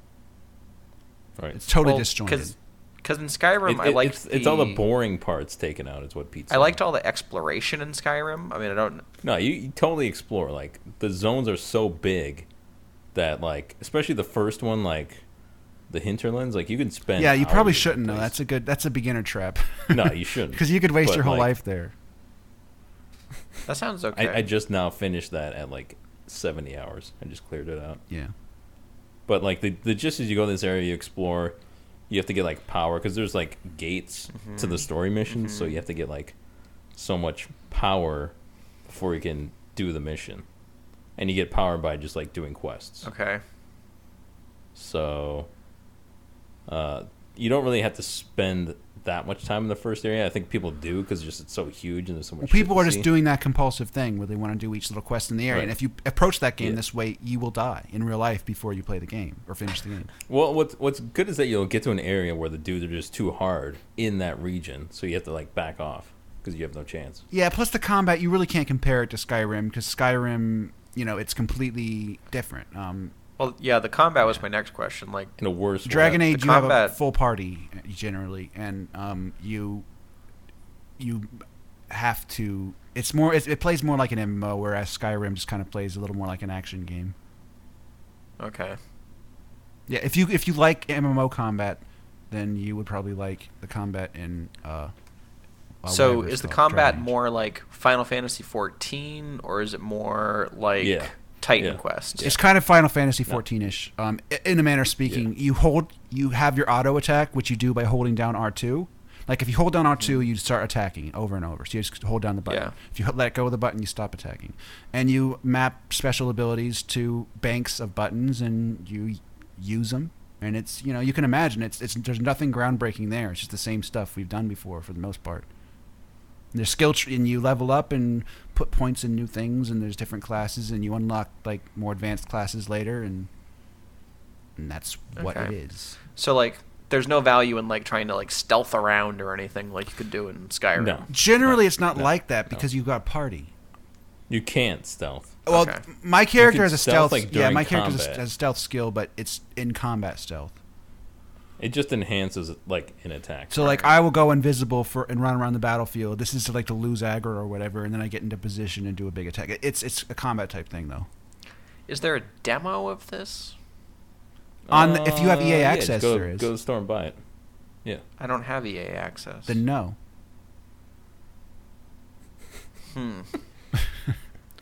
Right.
It's totally disjointed.
Because in Skyrim,
It-
I
it-
liked
it's, it's all the boring parts taken out. Is what pizza.
I liked all the exploration in Skyrim. I mean, I don't.
No, you, you totally explore. Like the zones are so big that like, especially the first one, like the hinterlands, like you can spend.
Yeah, you
hours
probably
in
shouldn't though.
place.
That's a good that's a beginner trap
no, you shouldn't.
because you could waste
But,
your whole
like,
life there.
That sounds okay.
I, I just now finished that at like seventy hours. I just cleared it out.
Yeah.
But like the the gist is, you go to this area, you explore. You have to get like power because there's like gates to the story missions, so you have to get like so much power before you can do the mission, and you get power by just like doing quests.
okay.
So uh, you don't really have to spend that much time in the first area. I think people do because just it's so huge and there's so much.
Well,
shit
people
to
are just
see.
doing that compulsive thing where they want to do each little quest in the area.
Right.
And if you approach that game
Yeah.
this way, you will die in real life before you play the game or finish the game.
Well, what's what's good is that you'll get to an area where the dudes are just too hard in that region, so you have to like back off because you have no chance.
Yeah, plus the combat, you really can't compare it to Skyrim because Skyrim, you know, it's completely different. Um,
Well, yeah, the combat was my next question. Like,
In a worse
Dragon
way.
Age,
the
you have a
combat-
full party uh, generally, and um, you you have to. It's more. It, it plays more like an MMO, whereas Skyrim just kind of plays a little more like an action game.
okay,
Yeah, if you if you like MMO combat, then you would probably like the combat in. Uh, uh,
so
whatever it's
is the
called,
combat
Dragon Age.
more like Final Fantasy 14, or is it more like
Yeah.
Titan
Yeah.
Quest?
It's kind of Final Fantasy 14 ish. Um, i- in a manner of speaking, you hold, you have your auto attack, which you do by holding down R2. Like if you hold down R2, you start attacking over and over. So you just hold down the button.
Yeah.
If you h- let go of the button, you stop attacking, and you map special abilities to banks of buttons, and you use them. And it's you know you can imagine it's it's there's nothing groundbreaking there. It's just the same stuff we've done before for the most part. And there's skill tree, and you level up and put points in new things, and there's different classes, and you unlock like more advanced classes later, and and that's what
Okay.
it is.
So like, there's no value in like trying to like stealth around or anything like you could do in Skyrim.
No.
Generally, it's not
No,
like that because you've got a party.
You can't stealth.
Well,
Okay.
my character
can
has a stealth.
stealth, like,
yeah,
during
my character has a-
combat.
has a stealth skill, but it's in combat stealth.
It just enhances like an attack.
So like I will go invisible for and run around the battlefield. This is to like to lose aggro or whatever, and then I get into position and do a big attack. It- It's it's a combat type thing though.
Is there a demo of this?
On the- if you have
Uh,
EA
yeah, just
access,
go,
there is.
go to the store and buy it. Yeah,
I don't have EA access.
Then no.
hmm.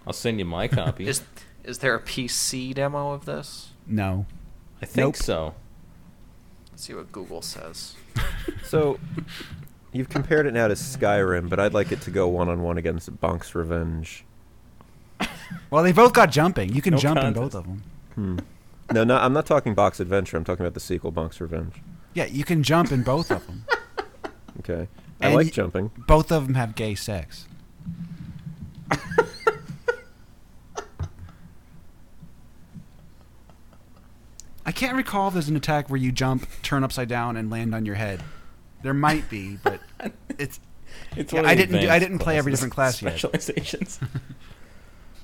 I'll send you my copy.
Is is there a PC demo of this?
No.
I think
Nope.
so.
Let's see what Google says.
So you've compared it now to Skyrim, but I'd like it to go one on one against Bonk's Revenge.
Well, they both got jumping. You can
No
jump in
contest.
both of them.
No, no, I'm not talking Bonk's Adventure. I'm talking about the sequel, Bonk's Revenge.
Yeah, you can jump in both of them.
Okay. I
And
like
y-
jumping.
Both of them have gay sex. I can't recall if there's an attack where you jump, turn upside down, and land on your head. There might be, but it's
It's
Yeah,
one of
I
the
didn't do- I
advanced
didn't play every different class yet.
Specializations.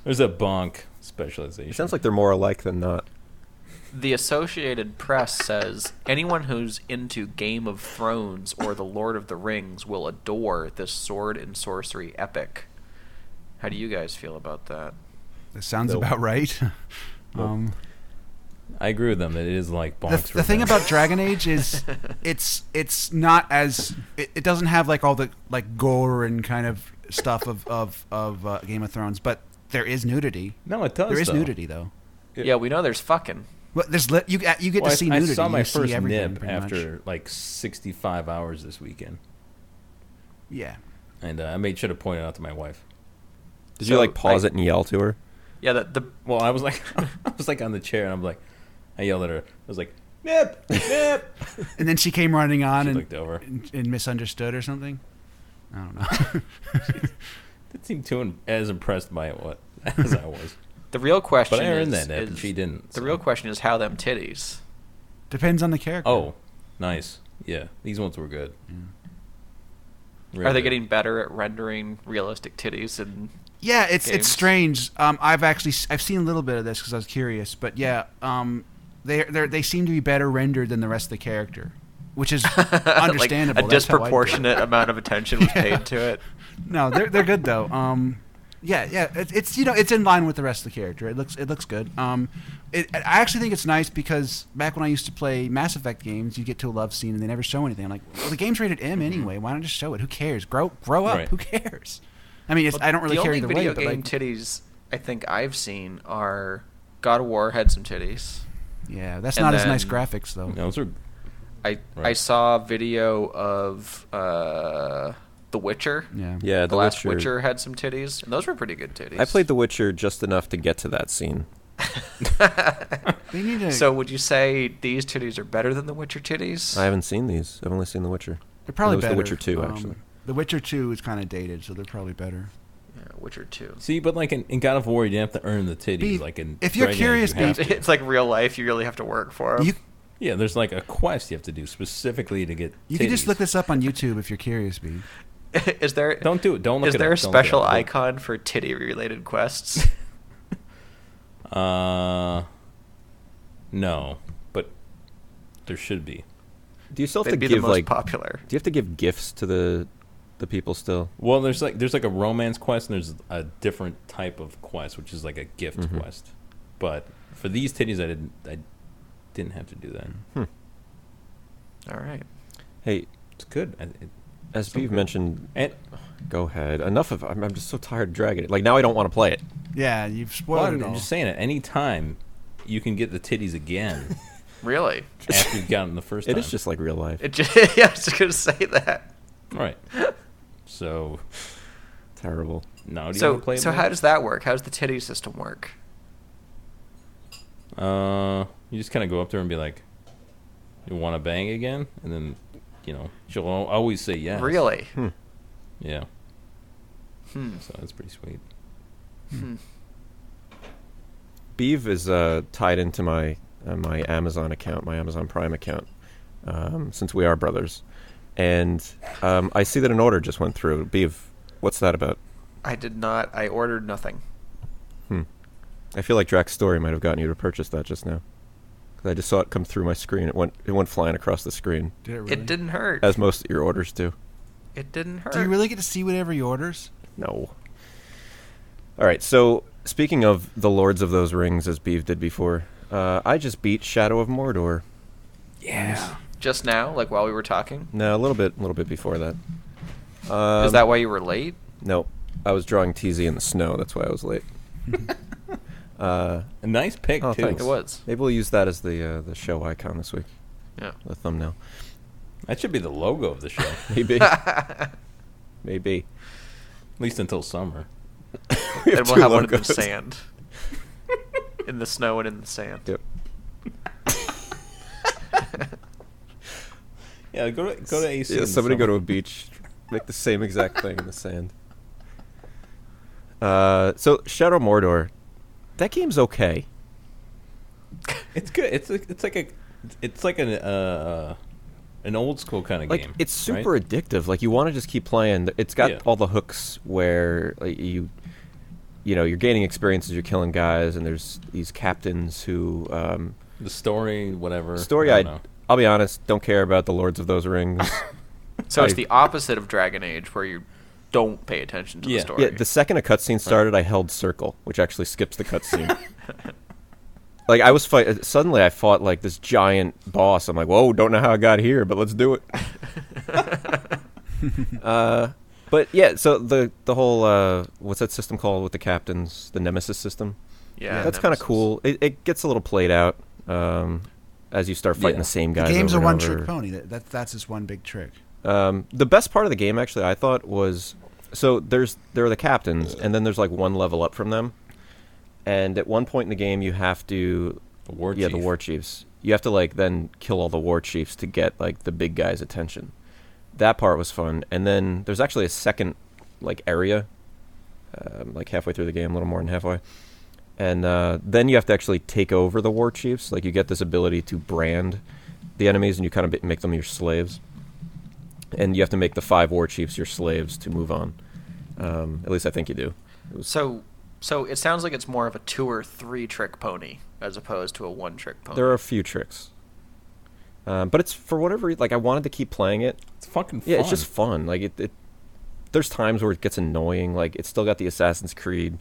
There's a bonk specialization.
It sounds like they're more alike than not.
The Associated Press says anyone who's into Game of Thrones or The Lord of the Rings will adore this sword and sorcery epic. How do you guys feel about that?
that sounds
Nope.
about right. Um,
I agree with them that it is like bonks.
the, the thing
revenge.
about Dragon Age is it's it's not as it, it doesn't have like all the like gore and kind of stuff of of of uh, Game of Thrones, but there is nudity.
no, it does.
There is
though.
nudity though.
Yeah.
Yeah, we know there's fucking.
Well, there's li- you you get
Well, I-
to see
I,
nudity.
saw my
you see
first
everything,
nib
pretty much.
after like 65 hours this weekend,
Yeah.
and uh, I made sure to point it out to my wife.
Did
So,
you like pause
like-
it and yell to her?
Yeah, the, the
Well, I was like, I was like on the chair, and I'm like, I yelled at her. I was like, nip, nip.
And then she came running on
She
and,
looked over.
and and misunderstood or something. I don't know.
Didn't seem too im- as impressed by it what as I was.
the real question
But I earned
is,
that nip, and
is-
she didn't.
The
so.
real question is how them titties.
Depends on the character.
Oh, nice. Yeah, these ones were good. Real
Mm-hmm. Are they
good.
getting better at rendering realistic titties? And
Yeah, it's
games.
it's strange. Um, I've actually s- I've seen a little bit of this because I was curious, but yeah, um, they they they seem to be better rendered than the rest of the character, which is understandable.
like a
That's how I do it.
disproportionate amount of attention was paid to it.
No, they're they're good though. Um, yeah, yeah, it, it's you know it's in line with the rest of the character. It looks it looks good. Um, it, I actually think it's nice because back when I used to play Mass Effect games, you get to a love scene and they never show anything. I'm like, well, the game's rated M anyway. Why not just show it? Who cares? Grow grow up.
Right.
Who cares? I mean, it's,
Well,
I don't really
the
care
only
either way.
video
But
game
like,
titties I think I've seen are God of War had some titties.
yeah, that's
and
not as nice
then-
graphics though.
Those are
I I
Right.
saw a video of uh, The Witcher.
Yeah.
Yeah,
The, last Witcher. had some titties, and those were pretty good titties.
I played The Witcher just enough to get to that scene.
They need to.
So would you say these titties are better than The Witcher titties?
I haven't seen these. I've only seen The Witcher.
they're probably
it was The
better. um,
Witcher 2, actually.
The Witcher Two is kind of dated, so they're probably better.
Yeah, Witcher two.
see, but like in, in God of War, you didn't have to earn the titties.
Beef,
like in
if you're
Dragon Age,
curious,
you have
Beef,
to.
It's like real life. You really have to work for them.
You
yeah, there's like a quest you have to do specifically to get.
you can just
titties.
look this up on YouTube if you're curious, B.
is there
Don't do it. Don't look
is
it
there
up.
a
Don't look it
special
up.
icon for titty related quests?
Uh, no, but there should be.
Do you still have
They'd
to
be the
give
most
like?
popular.
Do you have to give gifts to the the people still?
Well, there's like there's like a romance quest and there's a different type of quest, which is like a gift
Mm-hmm.
quest. But for these titties, I didn't I didn't have to do that.
All right.
Hey,
It's good. I, it,
as
So
you've
good.
mentioned,
and
go ahead. Enough of. I'm, I'm just so tired of dragging it. Like now, I don't want to play it.
Yeah, you've spoiled
well,
it
I'm
all.
just saying, at any time, you can get the titties again
Really?
after you've gotten the first.
It
time.
is just like real life.
It just, yeah, I was just gonna say that.
right. So
Terrible.
now do you
so
want to play?
so
more?
how does that work? How does the titty system work?
Uh, you just kind of go up there and be like, "You want to bang again?" And then, you know, she'll al- always say yes.
Really?
Hmm.
Yeah.
Hmm.
So that's pretty sweet.
Beeve is uh, tied into my uh, my Amazon account, my Amazon Prime account, um, since we are brothers. And um, I see that an order just went through. Beeve, what's that about?
I did not. I ordered nothing.
Hmm. I feel like Drax's story might have gotten you to purchase that just now, because I just saw it come through my screen. It went it went flying across the screen,
Did it really?
It didn't hurt.
as most of your orders do.
it didn't hurt.
Do you really get to see whatever he orders?
No. All right. So speaking of the Lords of those Rings, as Beeve did before, Uh, I just beat Shadow of Mordor.
Yeah.
Just now, like while we were talking,
No, a little bit, a little bit before that. Um,
is that why you were late?
No, I was drawing TZ in the snow. That's why I was late.
A nice pick
Oh,
too.
thanks.
It was.
Maybe we'll use that as the uh, the show icon this week,
Yeah.
the thumbnail.
That should be the logo of the show, at
Maybe, maybe.
least until summer.
We
And we'll
two
have one in the
logos.
sand, in the snow and in the sand.
Yep.
Yeah, go to go to AC.
Yeah,
in
somebody
summer.
go to a beach, make the same exact thing in the sand. Uh, so Shadow Mordor, that game's okay.
It's good. It's a, it's like a it's like an uh, an old school kind of
Like
game.
it's super
right?
addictive. Like you want to just keep playing. It's got
Yeah.
all the hooks where like, you, you know, you're gaining experiences. You're killing guys, and there's these captains who um,
the story, whatever
story.
I
I,
don't know.
I'll be honest, don't care about the Lords of those Rings.
So it's
I-
the opposite of Dragon Age, where you don't pay attention to
Yeah.
the story.
Yeah, the second a cutscene started, I held circle, which actually skips the cutscene. like I was fight. Suddenly, I fought like this giant boss. I'm like, whoa, don't know how I got here, but let's do it. uh, but yeah, so the the whole uh, what's that system called with the captains? The Nemesis system.
Yeah,
that's kind of
Nemesis.
cool. It, it gets a little played out um, as you start fighting
Yeah.
the same
The
guys.
game's
over
a
and
one
over.
trick pony. That, that that's his one big trick.
Um, the best part of the game, actually, I thought was so there's there are the captains, and then there's like one level up from them. And at one point in the game, you have to
The war
yeah the
chief.
war chiefs. You have to like then kill all the war chiefs to get like the big guy's attention. That part was fun. And then there's actually a second like area, um, like halfway through the game, a little more than halfway. And uh, then you have to actually take over the war chiefs. Like you get this ability to brand the enemies, and you kind of make them your slaves and you have to make the five war chiefs your slaves to move on. Um, at least I think you do.
So, so it sounds like it's more of a two or three trick pony as opposed to a one trick pony.
There are a few tricks, um, but it's for whatever reason. Like I wanted to keep playing it.
It's fucking fun.
Yeah, it's just fun. Like it, it. There's times where it gets annoying. Like it's still got the Assassin's Creed,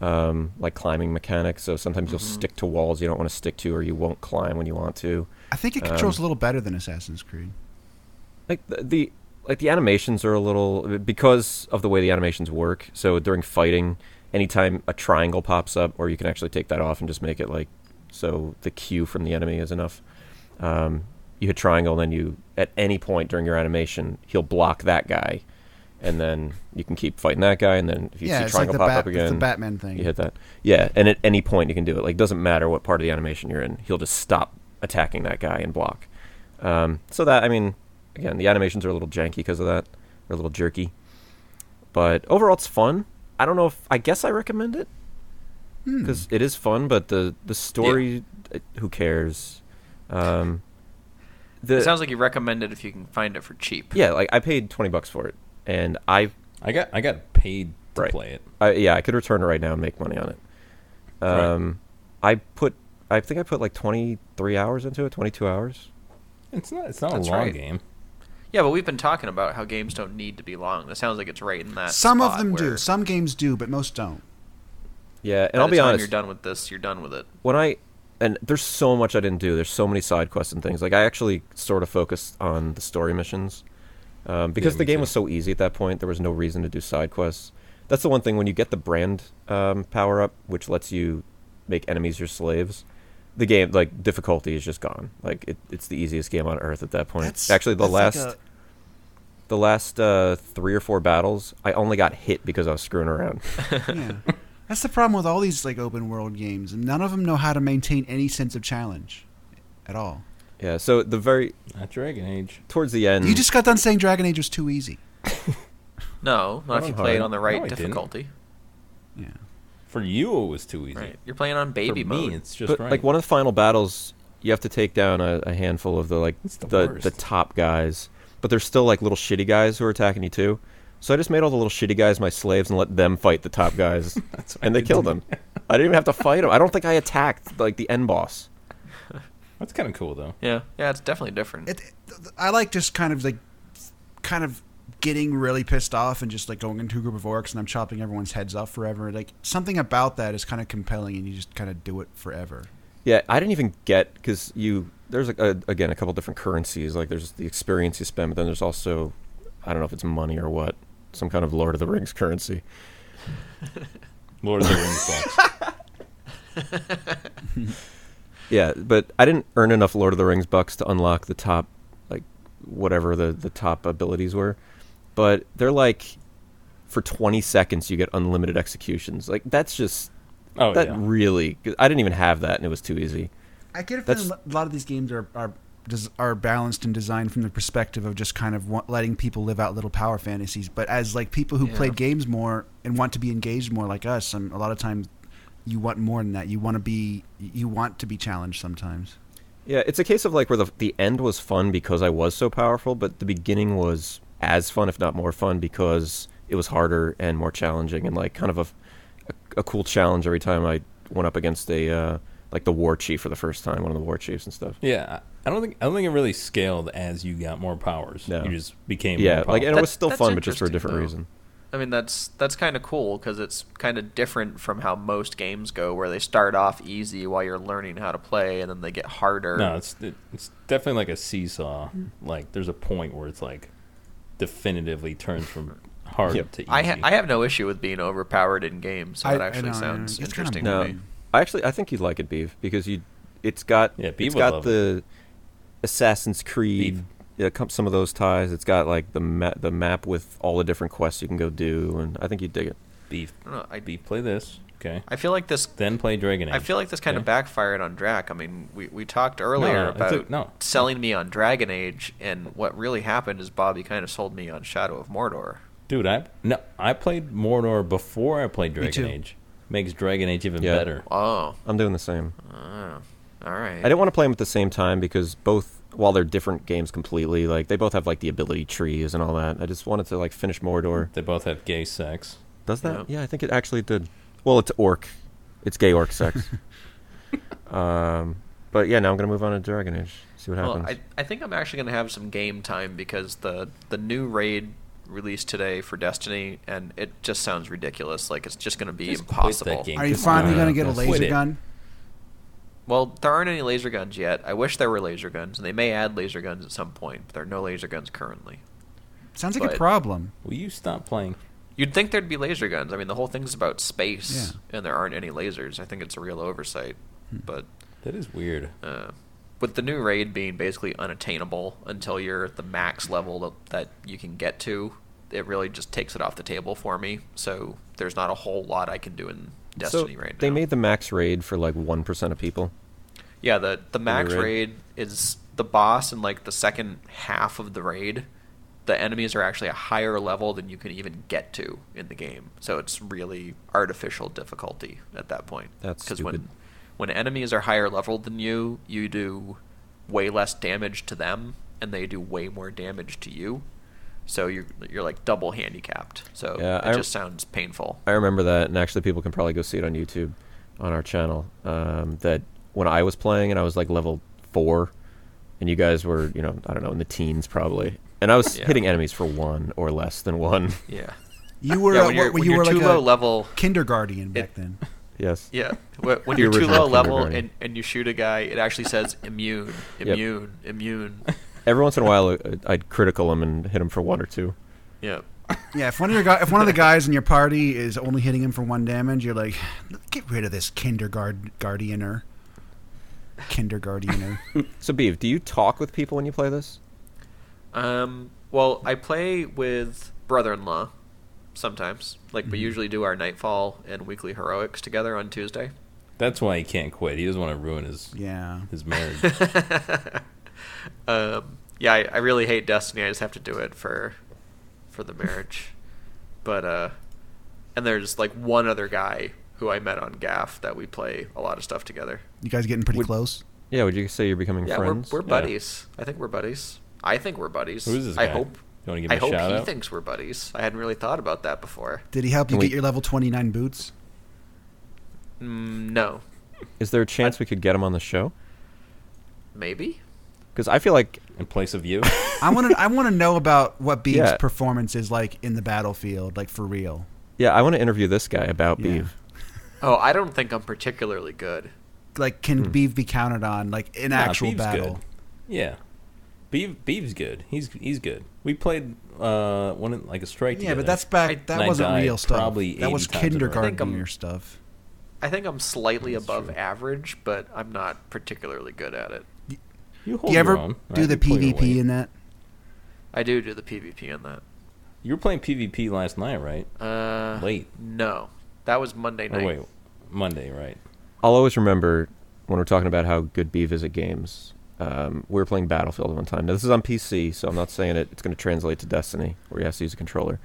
um, like climbing mechanic. So sometimes you'll stick to walls you don't want to stick to, or you won't climb when you want to.
I think it controls a little better than Assassin's Creed.
like the, the like the animations are a little because of the way the animations work. So during fighting, anytime a triangle pops up, or you can actually take that off and just make it like so the cue from the enemy is enough. Um, you hit triangle, and then you at any point during your animation, he'll block that guy, and then you can keep fighting that guy. And then if you
yeah,
see
it's like
triangle
the,
pop
Bat-
up
it's
again,
the Batman thing.
you hit that. Yeah, and at any point you can do it. Like doesn't matter what part of the animation you're in, he'll just stop attacking that guy and block. Um, so that I mean, again, the animations are a little janky because of that. They're a little jerky, but overall it's fun. I don't know if I guess I recommend it
Hmm.
because it is fun, but the the story, uh who cares? Um, the
it sounds like you recommend it if you can find it for cheap.
yeah, like I paid twenty bucks for it, and I
I got I got paid to
Right.
play it.
I, yeah, I could return it right now and make money on it. Um, I put, I think I put like 23 hours into it, 22 hours.
It's not it's not a
That's
long
right.
game.
Yeah, but we've been talking about how games don't need to be long. That sounds like it's right in that.
Some of
spot
them do.
where
Some games do, but most don't.
Yeah,
by
and I'll
the
be
time
honest,
You're done with this. You're done with it.
when I, and there's so much I didn't do. There's so many side quests and things. Like I actually sort of focused on the story missions um, because
Yeah,
the
me
game
too.
was so easy at that point. There was no reason to do side quests. That's the one thing when you get the brand um, power up, which lets you make enemies your slaves. The game like difficulty is just gone. Like it, it's the easiest game on earth at that point. Actually, the last. the last uh, three or four battles, I only got hit because I was screwing around.
yeah. That's the problem with all these like open world games. None of them know how to maintain any sense of challenge at all.
yeah, so the very
Not Dragon Age.
towards the end,
Mm.
You just got done saying Dragon Age was too easy.
No, not if
on
you play it
hard.
on the right
No, I didn't.
difficulty.
Yeah.
For you, it was too easy.
Right, you're playing on
For
baby
me,
mode.
it's just
but,
right.
like one of the final battles, you have to take down a, a handful of the like
It's the
the,
worst.
the top guys, but there's still like little shitty guys who are attacking you too. So I just made all the little shitty guys my slaves and let them fight the top guys,
That's what I
and they
did
killed
too.
them. I didn't even have to fight them. I don't think I attacked like the end boss.
That's kind of cool though.
yeah, yeah, it's definitely different.
It, it- I like just kind of like, kind of getting really pissed off and just like going into a group of orcs and I'm chopping everyone's heads off forever. Like something about that is kind of compelling, and you just kind of do it forever.
Yeah, I didn't even get because you there's a, a, again a couple different currencies. Like there's the experience you spend, but then there's also I don't know if it's money or what, some kind of Lord of the Rings currency.
Lord of the Rings box.
Yeah, but I didn't earn enough Lord of the Rings bucks to unlock the top, like whatever the the top abilities were. But they're like, for 20 seconds you get unlimited executions. Like that's just
Oh
that
yeah.
really. 'cause I didn't even have that, and it was too easy.
I get a
That's-
feeling a lot of these games are are des- are balanced and designed from the perspective of just kind of want, letting people live out little power fantasies. But as like people who
Yeah.
play games more and want to be engaged more, like us, um a lot of times you want more than that. You want to be you want to be challenged sometimes.
Yeah, it's a case of like where the the end was fun because I was so powerful, but the beginning was as fun, if not more fun, because it was harder and more challenging, and like kind of a a, a cool challenge every time I went up against a uh, like the war chief for the first time, one of the war chiefs and stuff.
Yeah, I I don't think I don't think it really scaled as you got more powers.
No.
You just became
Yeah,
more
like
powerful.
and it
That-
was still
that's
fun, but just for a
interesting,
different
though.
reason.
I mean, that's that's kind of cool because it's kind of different from how most games go, where they start off easy while you're learning how to play, and then they get harder.
no, it's it, it's definitely like a seesaw.
Mm.
Like there's a point where it's like definitively turns from hard
Yep.
to easy.
I ha- I have no issue with being overpowered in games, so
I-
that
I
actually
know, I know.
sounds
It's kinda
interesting
No,
to me.
I actually I think you'd like it, Beef, because you it's got
Yeah, Beav
it's
would
got
love
the Assassin's Creed. Yeah, com- some of those ties. It's got like the ma- the map with all the different quests you can go do, and I think you'd dig it.
beef
I don't know, I-
beef play this okay,
I feel like this.
then play Dragon Age.
I feel like this kind of
okay?
backfired on Drac. I mean, we, we talked earlier
no, it's
about
a- no.
selling me on Dragon Age, and what really happened is Bobby kind of sold me on Shadow of Mordor.
Dude, I no, I played Mordor before I played Dragon
too.
Age. Makes Dragon Age even
Yeah.
better.
Oh,
I'm doing the same.
oh all right.
I didn't want to play them at the same time because both, while they're different games completely, like they both have like the ability trees and all that. I just wanted to like finish Mordor.
They both have gay sex.
Does that?
Yeah.
Yeah, I think it actually did. Well, it's orc. It's gay orc sex. um, but yeah, now I'm gonna move on to Dragon Age. See what
Well,
happens.
I, I think I'm actually going to have some game time because the the new raid released today for Destiny, and it just sounds ridiculous. Like it's just going to be
Just quit
impossible.
that game.
Are you
Just-
finally
no,
going to get a
just quit
laser
it.
gun?
Well, there aren't any laser guns yet. I wish there were laser guns, and they may add laser guns at some point, but there are no laser guns currently.
Sounds like a
But-
problem.
Will you stop playing?
You'd think there'd be laser guns. I mean, the whole thing's about space, and there aren't any lasers. I think it's a real oversight, but
That is weird.
uh, with the new raid being basically unattainable until you're at the max level that, that you can get to, it really just takes it off the table for me. So there's not a whole lot I can do in Destiny
so
right now.
they made the max raid for like one percent of people.
yeah, the the max
raid?
raid is the boss in like the second half of the raid. The enemies are actually a higher level than you can even get to in the game. So it's really artificial difficulty at that point.
That's
when
stupid.
when enemies are higher level than you, you do way less damage to them and they do way more damage to you. So you're you're like double handicapped. So
Yeah,
it
I-
just sounds painful.
I remember that, and actually, people can probably go see it on YouTube, on our channel. Um, that when I was playing, and I was like level four, and you guys were, you know, I don't know, in the teens probably, and I was
Yeah.
hitting enemies for one or less than one.
Yeah.
You were
yeah,
at
when you're,
what-
when
you
you're
were
too
like a
low level
kindergarten back
It-
then.
yes.
Yeah, wh- when
The
you're too low
original
level
kindergarten.
and, and you shoot a guy, it actually says immune,
Yep.
immune, immune.
Every once in a while, I- I'd critical them and hit them for one or two.
Yeah,
Yeah, if one of your gu- if one of the guys in your party is only hitting him for one damage, you're like, get rid of this kindergarten guardianer. Kindergartener.
So, Beav, do you talk with people when you play this?
Um, well, I play with brother-in-law sometimes. Like
Mm-hmm.
we usually do our nightfall and weekly heroics together on Tuesday.
That's why he can't quit. He doesn't want to ruin his
yeah.
his marriage.
Um, yeah, I, I really hate Destiny. I just have to do it for for the marriage. But uh, and there's like one other guy who I met on Gaff that we play a lot of stuff together.
You guys getting pretty
Would-
close?
Yeah, would you say you're becoming
Yeah,
friends?
we're, we're
Yeah.
buddies. I think we're buddies. I think we're buddies.
Who is this
I
guy?
hope.
You want to give
I
him a
hope he
shout out?
thinks we're buddies. I hadn't really thought about that before.
Did he help you
Can we-
get your level 29 boots?
Mm, no,
Is there a chance we could get him on the show?
maybe.
Because I feel like
in place of you.
I want to I want to know about what Beeb's
Yeah.
performance is like in the battlefield, like for real.
yeah, I want to interview this guy about
Yeah.
Beav.
Oh, I don't think I'm particularly good.
like can Beeve be counted on like in
Nah,
actual
Beeve's
battle?
Good. Yeah, Beeve, Beeve's good. He's he's good. We played uh one like a strike.
Yeah, but
together.
that's
I-
back. That
I
wasn't
died
real stuff.
probably
that was
80 times in a row.
I think
kindergarten
I'm-
year stuff.
I think I'm slightly above average, but I'm not particularly good at it.
you
Do
hold
you ever
your own,
do
right?
the
You pull your weight.
PvP in that?
I do do the PvP in that.
You were playing PvP last night, right?
Uh,
Late.
No, that was Monday
Or
night.
Oh, wait, Monday, right?
I'll always remember when we're talking about how good Beeve is at games. Um, we were playing Battlefield one time. Now this is on PC, so I'm not saying it. It's going to translate to Destiny, where you have to use a controller.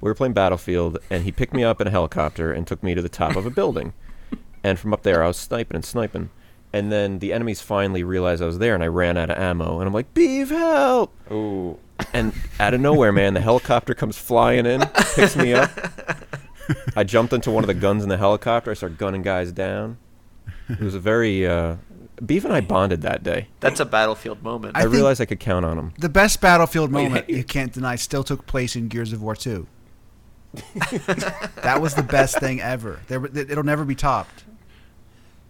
We were playing Battlefield, and he picked me up in a helicopter and took me to the top of a building. And from up there, I was sniping and sniping. And then the enemies finally realized I was there, and I ran out of ammo. And I'm like, Beeve, help!
Oh,
And out of nowhere, man, the helicopter comes flying in, picks me up. I jumped into one of the guns in the helicopter. I start gunning guys down. It was a very. Uh, Beef and I bonded that day.
That's a battlefield moment.
I,
I think-
realized I could count on him.
The best battlefield
Wait,
moment
hey.
you can't deny still took place in Gears of War 2. that was the best thing ever. There, were- it'll never be topped.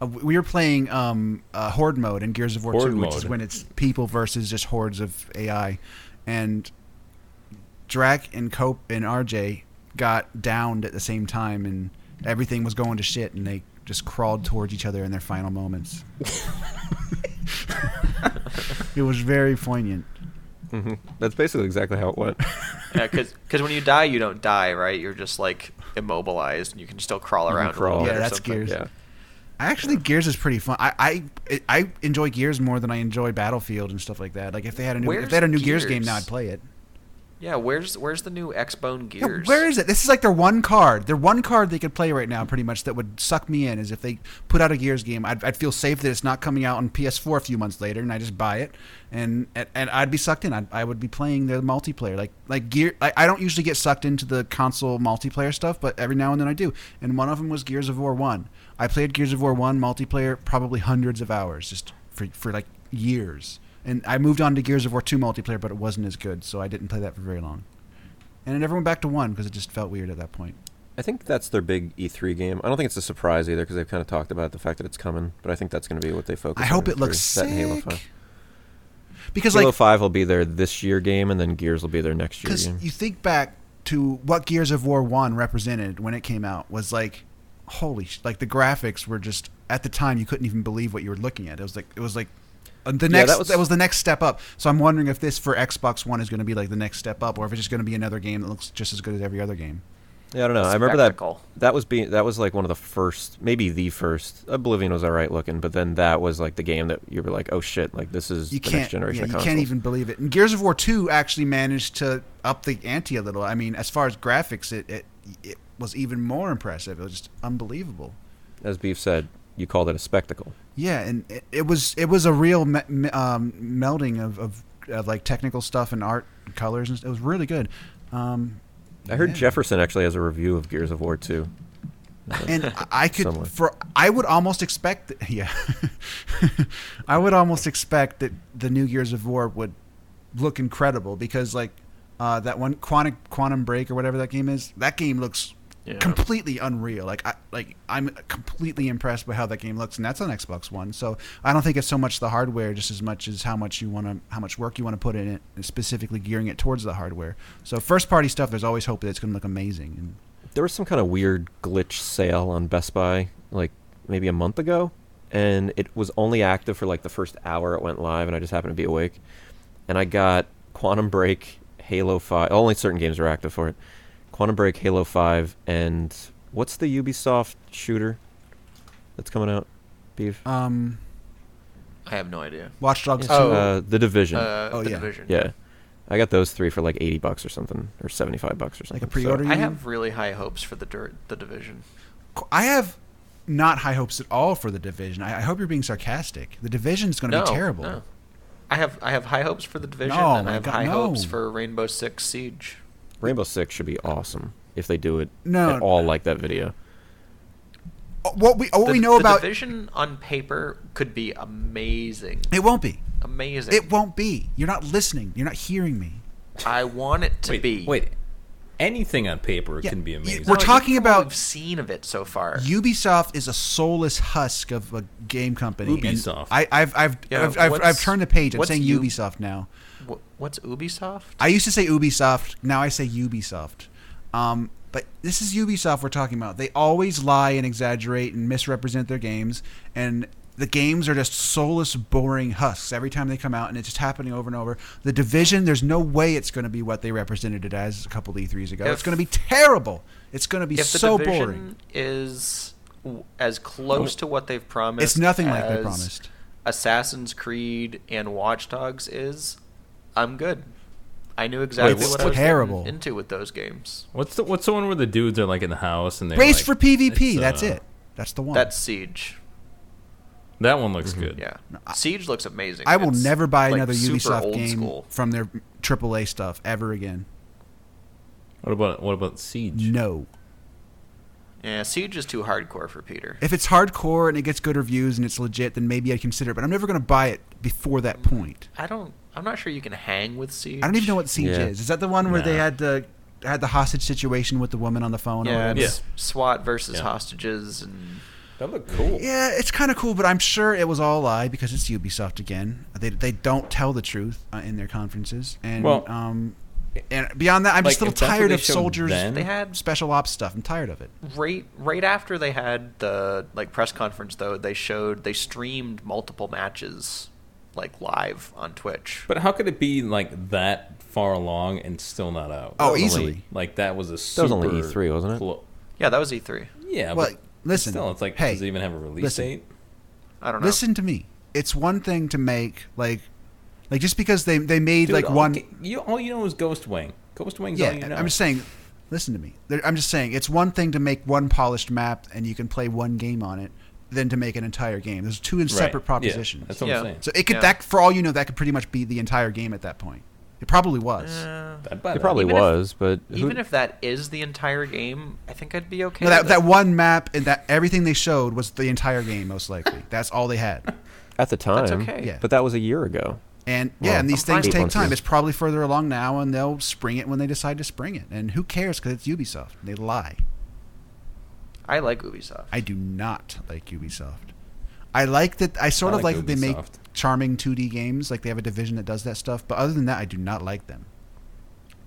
Uh, we were playing um, uh, Horde mode in Gears of War
Horde
2, which is
mode.
when it's people versus just hordes of AI. And Drac and Cope and RJ got downed at the same time, and everything was going to shit, and they just crawled towards each other in their final moments. it was very poignant.
hmm That's basically exactly how it went.
because when you die, you don't die, right? You're just like immobilized, and you can still crawl
can
around. a little
crawl.
bit
Yeah,
or
that's
something.
Gears.
Yeah.
I actually think Gears is pretty fun. I, I I enjoy Gears more than I enjoy Battlefield and stuff like that. Like if they had a new if
Where's
they had a new Gears, game
Gears?
now, I'd play it.
Yeah, where's where's the new Xbone
Yeah,
Gears?
where is it? This is like their one card. Their one card they could play right now, pretty much. That would suck me in is if they put out a Gears game. I'd, I'd feel safe that it's not coming out on PS4 a few months later, and I just buy it, and and, and I'd be sucked in. I'd, I would be playing their multiplayer. Like like Gear. I, I don't usually get sucked into the console multiplayer stuff, but every now and then I do. And one of them was Gears of War One. I played Gears of War One multiplayer probably hundreds of hours, just for for like years. And I moved on to Gears of War Two multiplayer, but it wasn't as good, so I didn't play that for very long. And it never went back to one because it just felt weird at that point.
I think that's their big E3 game. I don't think it's a surprise either because they've kind of talked about the fact that it's coming, but I think that's going to be what they focus
I
on.
hope
in
it looks
E3.
sick.
That and Halo 5.
Because
Halo
like,
5 will be their this year game, and then Gears will be their next year
because
game.
you think back to what Gears of War One represented when it came out was like, holy, sh- like the graphics were just at the time you couldn't even believe what you were looking at. It was like it was like uh, the
Yeah,
next that
that
was,
was-
the next step up. So I'm wondering if this for Xbox One is going to be like the next step up, or if it's just going to be another game that looks just as good as every other game.
Yeah, I don't know. I remember that
Spectacle.
that was being that was like one of the first, maybe the first. Oblivion was all right looking, but then that was like the game that you were like, oh shit, like this is
you
the
can't
next generation
yeah,
of
you
consoles.
can't even believe it. And Gears of War Two actually managed to up the ante a little. I mean, as far as graphics, it it, it was even more impressive. It was just unbelievable.
As Beef said, you called it a spectacle.
Yeah, and it, it was it was a real me- me- um, melding of, of of like technical stuff and art, and colors, and it was really good. Um,
I heard
Yeah.
Jefferson actually has a review of Gears of War 2.
and I- I could
Somewhat.
for I would almost expect that, yeah I would almost expect that the new Gears of War would look incredible because like uh, that one Quantum Quantum Break or whatever that game is that game looks
Yeah.
completely unreal like I like I'm completely impressed by how that game looks and that's on Xbox One so I don't think it's so much the hardware just as much as how much you want to how much work you want to put in it and specifically gearing it towards the hardware so first party stuff there's always hope that it's going to look amazing and
There was some kind of weird glitch sale on Best Buy like maybe a month ago, and it was only active for like the first hour it went live, and I just happened to be awake, and I got Quantum Break, Halo Five. Only certain games were active for it. Quantum Break, Halo Five, and what's the Ubisoft shooter that's coming out? Beef.
um
I have no idea.
Watch Dogs
Yeah.
2
Oh.
uh, the Division.
Uh,
Oh,
the
yeah.
Division.
yeah, I got those three for like eighty bucks or something, or seventy-five bucks or something.
Like a pre-order
I have really high hopes for the dirt, the Division.
I have not high hopes at all for the division. I, I hope you're being sarcastic. The division's going to
no,
be terrible.
no. I have I have high hopes for the Division,
No,
and
my
I have
God,
high
no.
hopes for Rainbow Six Siege.
Rainbow Six should be awesome if they do it
No. uh,
at all like that video.
Oh, What we what
the,
we know
the
about
Division on paper could be amazing,
it won't be.
amazing.
It won't be. You're not listening. You're not hearing me.
I want it to
wait,
be.
wait. anything on paper
Yeah,
can be
you-
amazing.
we're
No,
talking
even what
about-
we've seen of it so far.
Ubisoft is a soulless husk of a game company. and
Ubisoft.
I, I've I've,
Yeah,
I've, I've, I've
what's-
turned the page. I'm
what's
saying
U-
Ubisoft now.
Wh- What's Ubisoft?
I used to say Ubisoft. Now I say Ubisoft. Um, but this is Ubisoft we're talking about. They always lie and exaggerate and misrepresent their games, and the games are just soulless, boring husks every time they come out, and it's just happening over and over. The Division, there's no way it's going to be what they represented it as a couple of E3s ago.
If-
it's going to be terrible. It's going to be
if the
so
division
boring.
is w- as close
Oh.
to what they've promised,
It's nothing like they
as
promised.
Assassin's Creed and Watch Dogs is, I'm good. I knew
Wait,
exactly
what's
what I was
terrible?
getting into with those games.
What's the what's the one where the dudes are like in the house and they
Race
like,
for PvP.
it's,
That's
uh,
it. That's the one.
That's Siege.
That one looks
Mm-hmm.
good.
Yeah, Siege looks amazing.
I will
It's,
never buy
like,
another
super
Ubisoft
old
game
school.
from their AAA stuff ever again.
What about what about Siege?
No.
Yeah, Siege is too hardcore for Peter.
If it's hardcore and it gets good reviews and it's legit, then maybe I'd consider it. But I'm never going to buy it before that point.
I don't. I'm not sure you can hang with Siege.
I don't even know what siege
Yeah.
is. Is that the one where they
Nah.
had the had the hostage situation with the woman on the phone? or
Yeah,
whatever?
it's SWAT versus
Yeah.
hostages, and
That looked cool.
Yeah, it's kind of cool, but I'm sure it was all lie because it's Ubisoft again. They they don't tell the truth uh, in their conferences, and
Well,
um, and beyond that, I'm just a
like,
little
if that's what
tired
they
of
showed
soldiers.
then-
they had
Special ops stuff. I'm tired of it.
right right after they had the like press conference though they showed they streamed multiple matches like live on twitch
But how could it be like that far along and still not out?
Oh,
That was
easily.
only- like that was a
That
super.
was only E3, wasn't it?
clo-
yeah that was E e3
yeah,
Well,
but
listen,
Still, it's like
hey,
does it even have a release
listen.
date?
i don't know
Listen to me. It's one thing to make like like just because they they made
Dude,
like
all
one
ga- You all you know is Ghost Wing. Ghost Wing's all you
yeah,
know.
I'm just saying. Listen to me. There- I'm just saying it's one thing to make one polished map and you can play one game on it, than to make an entire game. There's two in
Right.
separate
Yeah,
propositions.
that's what
Yeah.
I'm saying.
so it could
Yeah.
that for all you know that could pretty much be the entire game at that point. It probably was.
Uh,
I'd buy
It
that.
probably
Even if-
was, but who-
even if that is the entire game i think i'd be okay
no, that
with
that
it.
one map and that everything they showed was the entire game most likely. That's all they had.
at the time,
that's okay
Yeah.
but that was a year ago.
And
Well,
yeah, and these
I'm fine
things
with
take
that.
time. It's probably further along now, and they'll spring it when they decide to spring it. And who cares? Because it's Ubisoft. They lie.
i like ubisoft
I do not like Ubisoft. I like that. I sort
I
of like,
like
that they make
Ubisoft.
charming 2D games. Like they have a division that does that stuff. But other than that, I do not like them.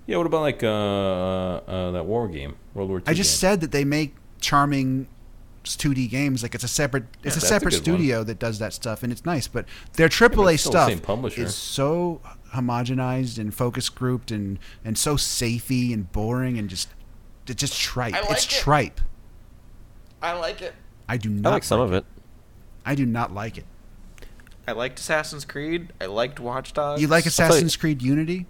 Yeah, what about like uh, uh, that war game, World War II?
I just
game?
said that they make charming 2D games. Like it's a separate, it's a
that's a
separate
good one.
studio that does that stuff, and it's nice. But their AAA
it's still the
stuff
same publisher.
is so homogenized and focus grouped and and so safey and boring and just it's just tripe.
I like
it's
it.
tripe.
i like it
I do
I
not.
like some of it.
I do not like it.
i liked assassin's creed i liked watch dogs
You like
tell you-
Assassin's Creed Unity?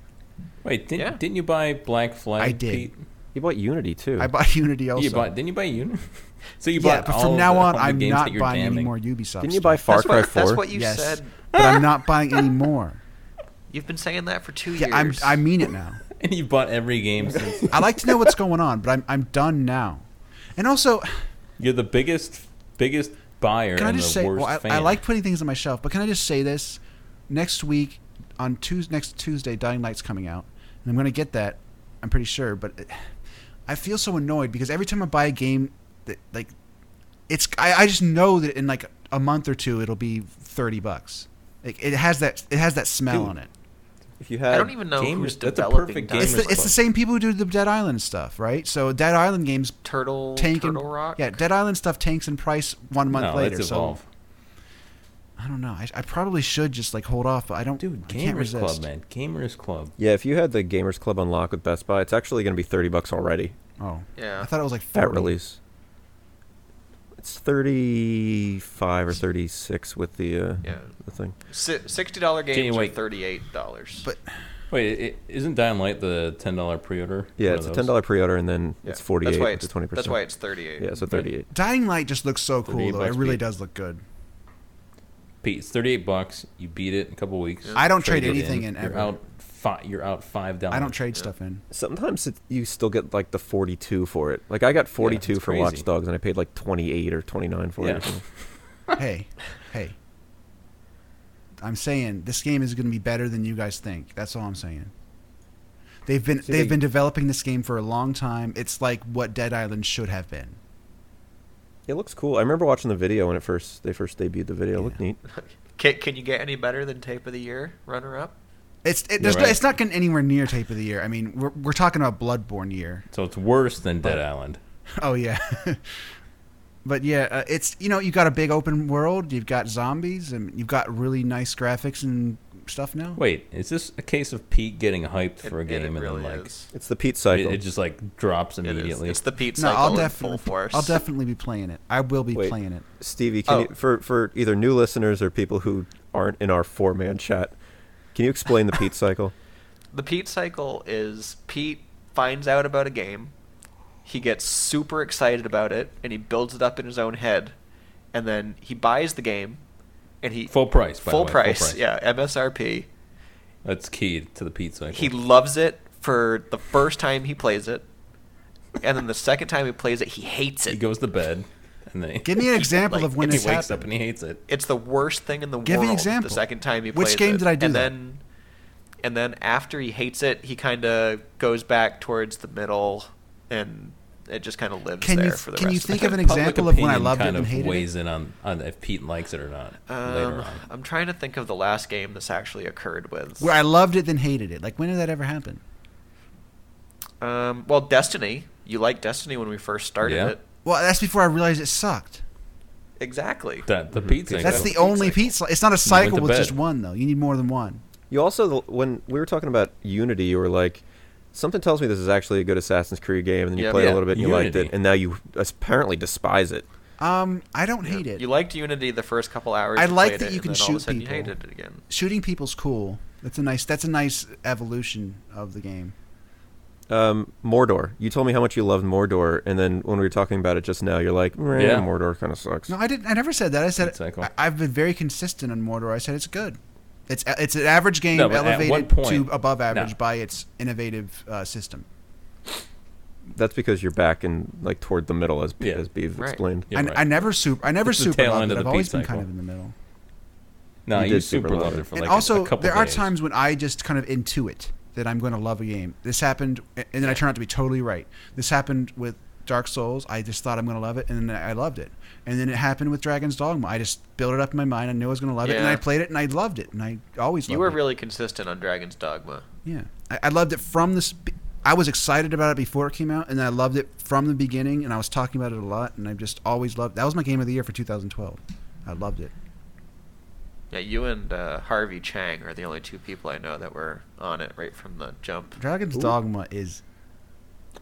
Wait, didn't,
Yeah.
didn't you buy Black Flag?
I did.
Pete?
You bought Unity too.
I bought Unity also.
You bought? Didn't you buy Unity? so you
yeah,
bought.
but
all
from
of
now
the, all
on,
the
I'm
games
not
that you're
buying
damning.
any more Ubisoft.
Didn't you buy
stuff.
Far
that's
Cry
what,
4?
that's what you
yes,
said
but I'm not buying any more.
you've been saying that for two
Yeah, I'm,
years
I mean it now.
And you bought every game since.
I like to know what's going on, but I'm I'm done now. And also,
You're the biggest, biggest buyer
can I
and
just
the
say,
worst
well, I,
fan.
I like putting things on my shelf, but can I just say this? Next week, on Tuesday, next Tuesday, Dying Light's coming out, and I'm going to get that. I'm pretty sure, but it, I feel so annoyed because every time I buy a game, that like, it's I, I just know that in like a month or two it'll be thirty bucks. Like it has that it has that smell
Dude,
on it.
if you had
I don't even know
Game
who's
is- that's a
developing
perfect
Dying
game
It's
is
the,
Light.
it's the
fun.
same people who do the Dead Island stuff, right? So Dead Island games
turtle
tank
turtle
and
rock
yeah, Dead Island stuff tanks in price one month
no,
later.
Let's
So
evolve.
I don't know. I, I probably should just like hold off, but I don't.
Dude,
I can't
Gamers
resist.
Club, man. Gamers Club.
Yeah, if you had the Gamers Club unlock with Best Buy, it's actually going to be 30 bucks already
Oh,
Yeah.
I thought it was like 40.
at release. It's 35 or 36 with the uh,
Yeah.
the thing.
Si- sixty dollar
Can't you
games are
wait?
thirty eight dollars.
But
Wait, is isn't Dying Light the ten dollar pre-order?
Yeah,
One
it's a
of
ten
those?
dollar pre order and then it's 48
That's why
with
it's
the 20%.
That's why it's thirty eight.
yeah, so 38.
Dying Light just looks so cool
38
though. It
bucks
really
beat.
does look good.
Pete, it's thirty-eight bucks. You beat it in a couple weeks.
I don't trade
it
anything in
You're
ever.
out. Fi- you're out five dollars.
I don't trade stuff in.
Sometimes it, you still get like the 42 for it. Like I got 42
it's
for
crazy.
Watch Dogs and I paid like 28 or 29 for it.
Yeah.
Or something.
hey, hey. I'm saying this game is going to be better than you guys think. That's all I'm saying. They've been
See,
they've
they-
been developing this game for a long time. It's like what Dead Island should have been.
It looks cool. I remember watching the video when it first they first debuted the video. It looked neat.
Can, can you get any better than Tape of the Year runner up?
It's it, there's
Yeah,
no,
right.
it's not getting anywhere near tape of the year. I mean, we're we're talking about Bloodborne year.
So it's worse than Dead Island.
Oh yeah. But yeah, uh, it's you know you got a big open world, you've got zombies, and you've got really nice graphics and stuff now.
Wait, is this a case of Pete getting hyped for a
It-
game
it,
and
really
then like
is.
It's the Pete
it,
cycle.
it just like drops
It is.
immediately?
It's the Pete
no,
cycle
I'll
in full
definitely
force.
I'll definitely be playing it. I will be
Wait.
playing it.
Stevie, can
Oh.
you, for for either new listeners or people who aren't in our four man chat, can you explain the Pete cycle?
The Pete cycle is Pete finds out about a game, he gets super excited about it, and he builds it up in his own head, and then he buys the game, and he
full price. By the
full
way,
price,
full price.
yeah, MSRP.
That's key to the Pete cycle.
He loves it for the first time he plays it, and then the second time he plays it, he hates
he
it.
goes to bed and then he,
Give me an example
like,
of when
he
this
wakes
happened.
up and he hates it.
It's the worst thing in the
Give me
world.
an example.
The second time he
Which
plays
game
it.
did I do
and
that?
Then, and then after he hates it, he kind of goes back towards the middle, and it just kind of lives
Can you
there
th-
for the
can you
rest
think
of
of
the
an
game.
Public
example of when I
opinion
loved it
kind
and
of
hated it?
weighs in on, on if Pete likes it or not later
Um,
on.
I'm trying to think of the last game this actually occurred with.
Where I loved it then hated it. Like when did that ever happen?
Um, well, Destiny. You liked Destiny when we first started
Yeah.
it.
Well, that's before I realized it sucked.
Exactly.
That the Pete cycle.
That's
go.
the only
Cycle.
pizza. It's not a
went
cycle
to
with
bed.
just one though. You need more than one.
You also when we were talking about Unity, you were like, something tells me this is actually a good Assassin's Creed game, and then you
Yeah.
played
Yeah,
a little bit, and you liked
Unity.
it, and now you apparently despise it.
Um, I don't hate it.
You liked Unity the first couple hours.
I
you
like
played
that
it,
you
and
can
then all of a
shoot
sudden
people.
You hated it again.
Shooting people's cool. That's a nice. That's a nice evolution of the game.
Um, Mordor. You told me how much you loved Mordor, and then when we were talking about it just now, you're like, "Meh,
Yeah.
Mordor kind of sucks.
No, I didn't. I never said that. I said
Cycle.
I, I've been very consistent on Mordor. I said it's good. It's a- it's an average game
No, but at
elevated
what point-
to above average
no.
by its innovative uh, system.
That's because you're back in like toward the middle, as B-
Yeah.
as Beeve
Right.
explained.
Yeah,
I,
right.
I never super. I never
It's the
super
tail
loved
end
it.
of
I've
the
always
Pete
been
cycle.
kind of in the middle.
no,
You
you,
did
super
super love
loved
it.
it for
and
like
also,
a couple
there are
days.
times when I just kind of intuit that I'm going to love a game. This happened, and then I turn out to be totally right. This happened with Dark Souls. I just thought I'm going to love it, and then I loved it. And then it happened with Dragon's Dogma. I just built it up in my mind. I knew I was going to love it, and
Yeah.
I played it, and I loved it, and I always loved
You were
it.
really consistent on Dragon's Dogma.
yeah, I, I loved it from this. I was excited about it before it came out, and I loved it from the beginning. And I was talking about it a lot, and I've just always loved. That was my game of the year for 2012. I loved it.
Yeah, you and uh, Harvey Chang are the only two people I know that were on it right from the jump.
Dragon's Dogma is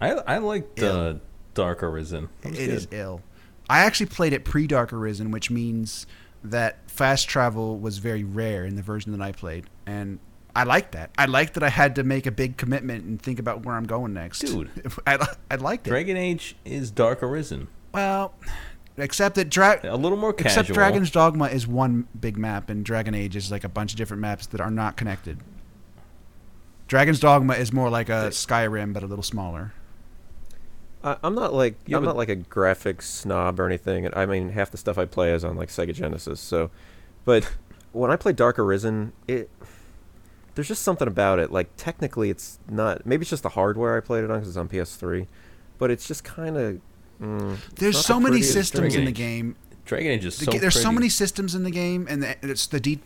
I I liked uh, Dark Arisen. That
It
was
is
good.
ill. I actually played it pre Dark Arisen, which means that fast travel was very rare in the version that I played, and I liked that. I liked that I had to make a big commitment and think about where I'm going next.
Dude.
I, I liked it.
Dragon Age is Dark Arisen.
Well, except that Dra-
A little more casual.
except Dragon's Dogma is one big map, and Dragon Age is like a bunch of different maps that are not connected. Dragon's Dogma is more like a Skyrim, but a little smaller.
I, I'm not like
Yeah,
I'm
but-
not like a graphics snob or anything. and I mean, half the stuff I play is on like Sega Genesis. So, but when I play Dark Arisen, it there's just something about it. Like technically, it's not. Maybe it's just the hardware I played it on because it's on PS3. But it's just kind of. Mm, it's
There's
not
so
the
many
prettiest
systems in
Dragon
the
Age.
game
Dragon Age is
The
so.
ga- there's so
pretty.
many systems in the game, and the, it's the de-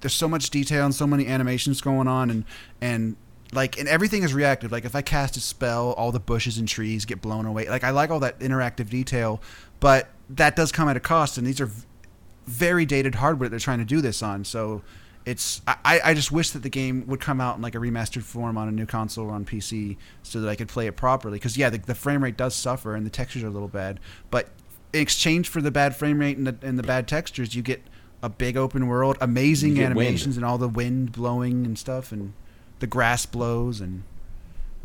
there's so much detail and so many animations going on, and and like and everything is reactive. Like if I cast a spell, all the bushes and trees get blown away. Like I like all that interactive detail, but that does come at a cost, and these are v- very dated hardware that they're trying to do this on. So. It's I- I, I just wish that the game would come out in like a remastered form on a new console or on PC so that I could play it properly. Because yeah, the, the frame rate does suffer and the textures are a little bad, but in exchange for the bad frame rate and the, and the bad textures, you get a big open world,
You
amazing
get
animations, and all the wind blowing and stuff, and the grass blows, and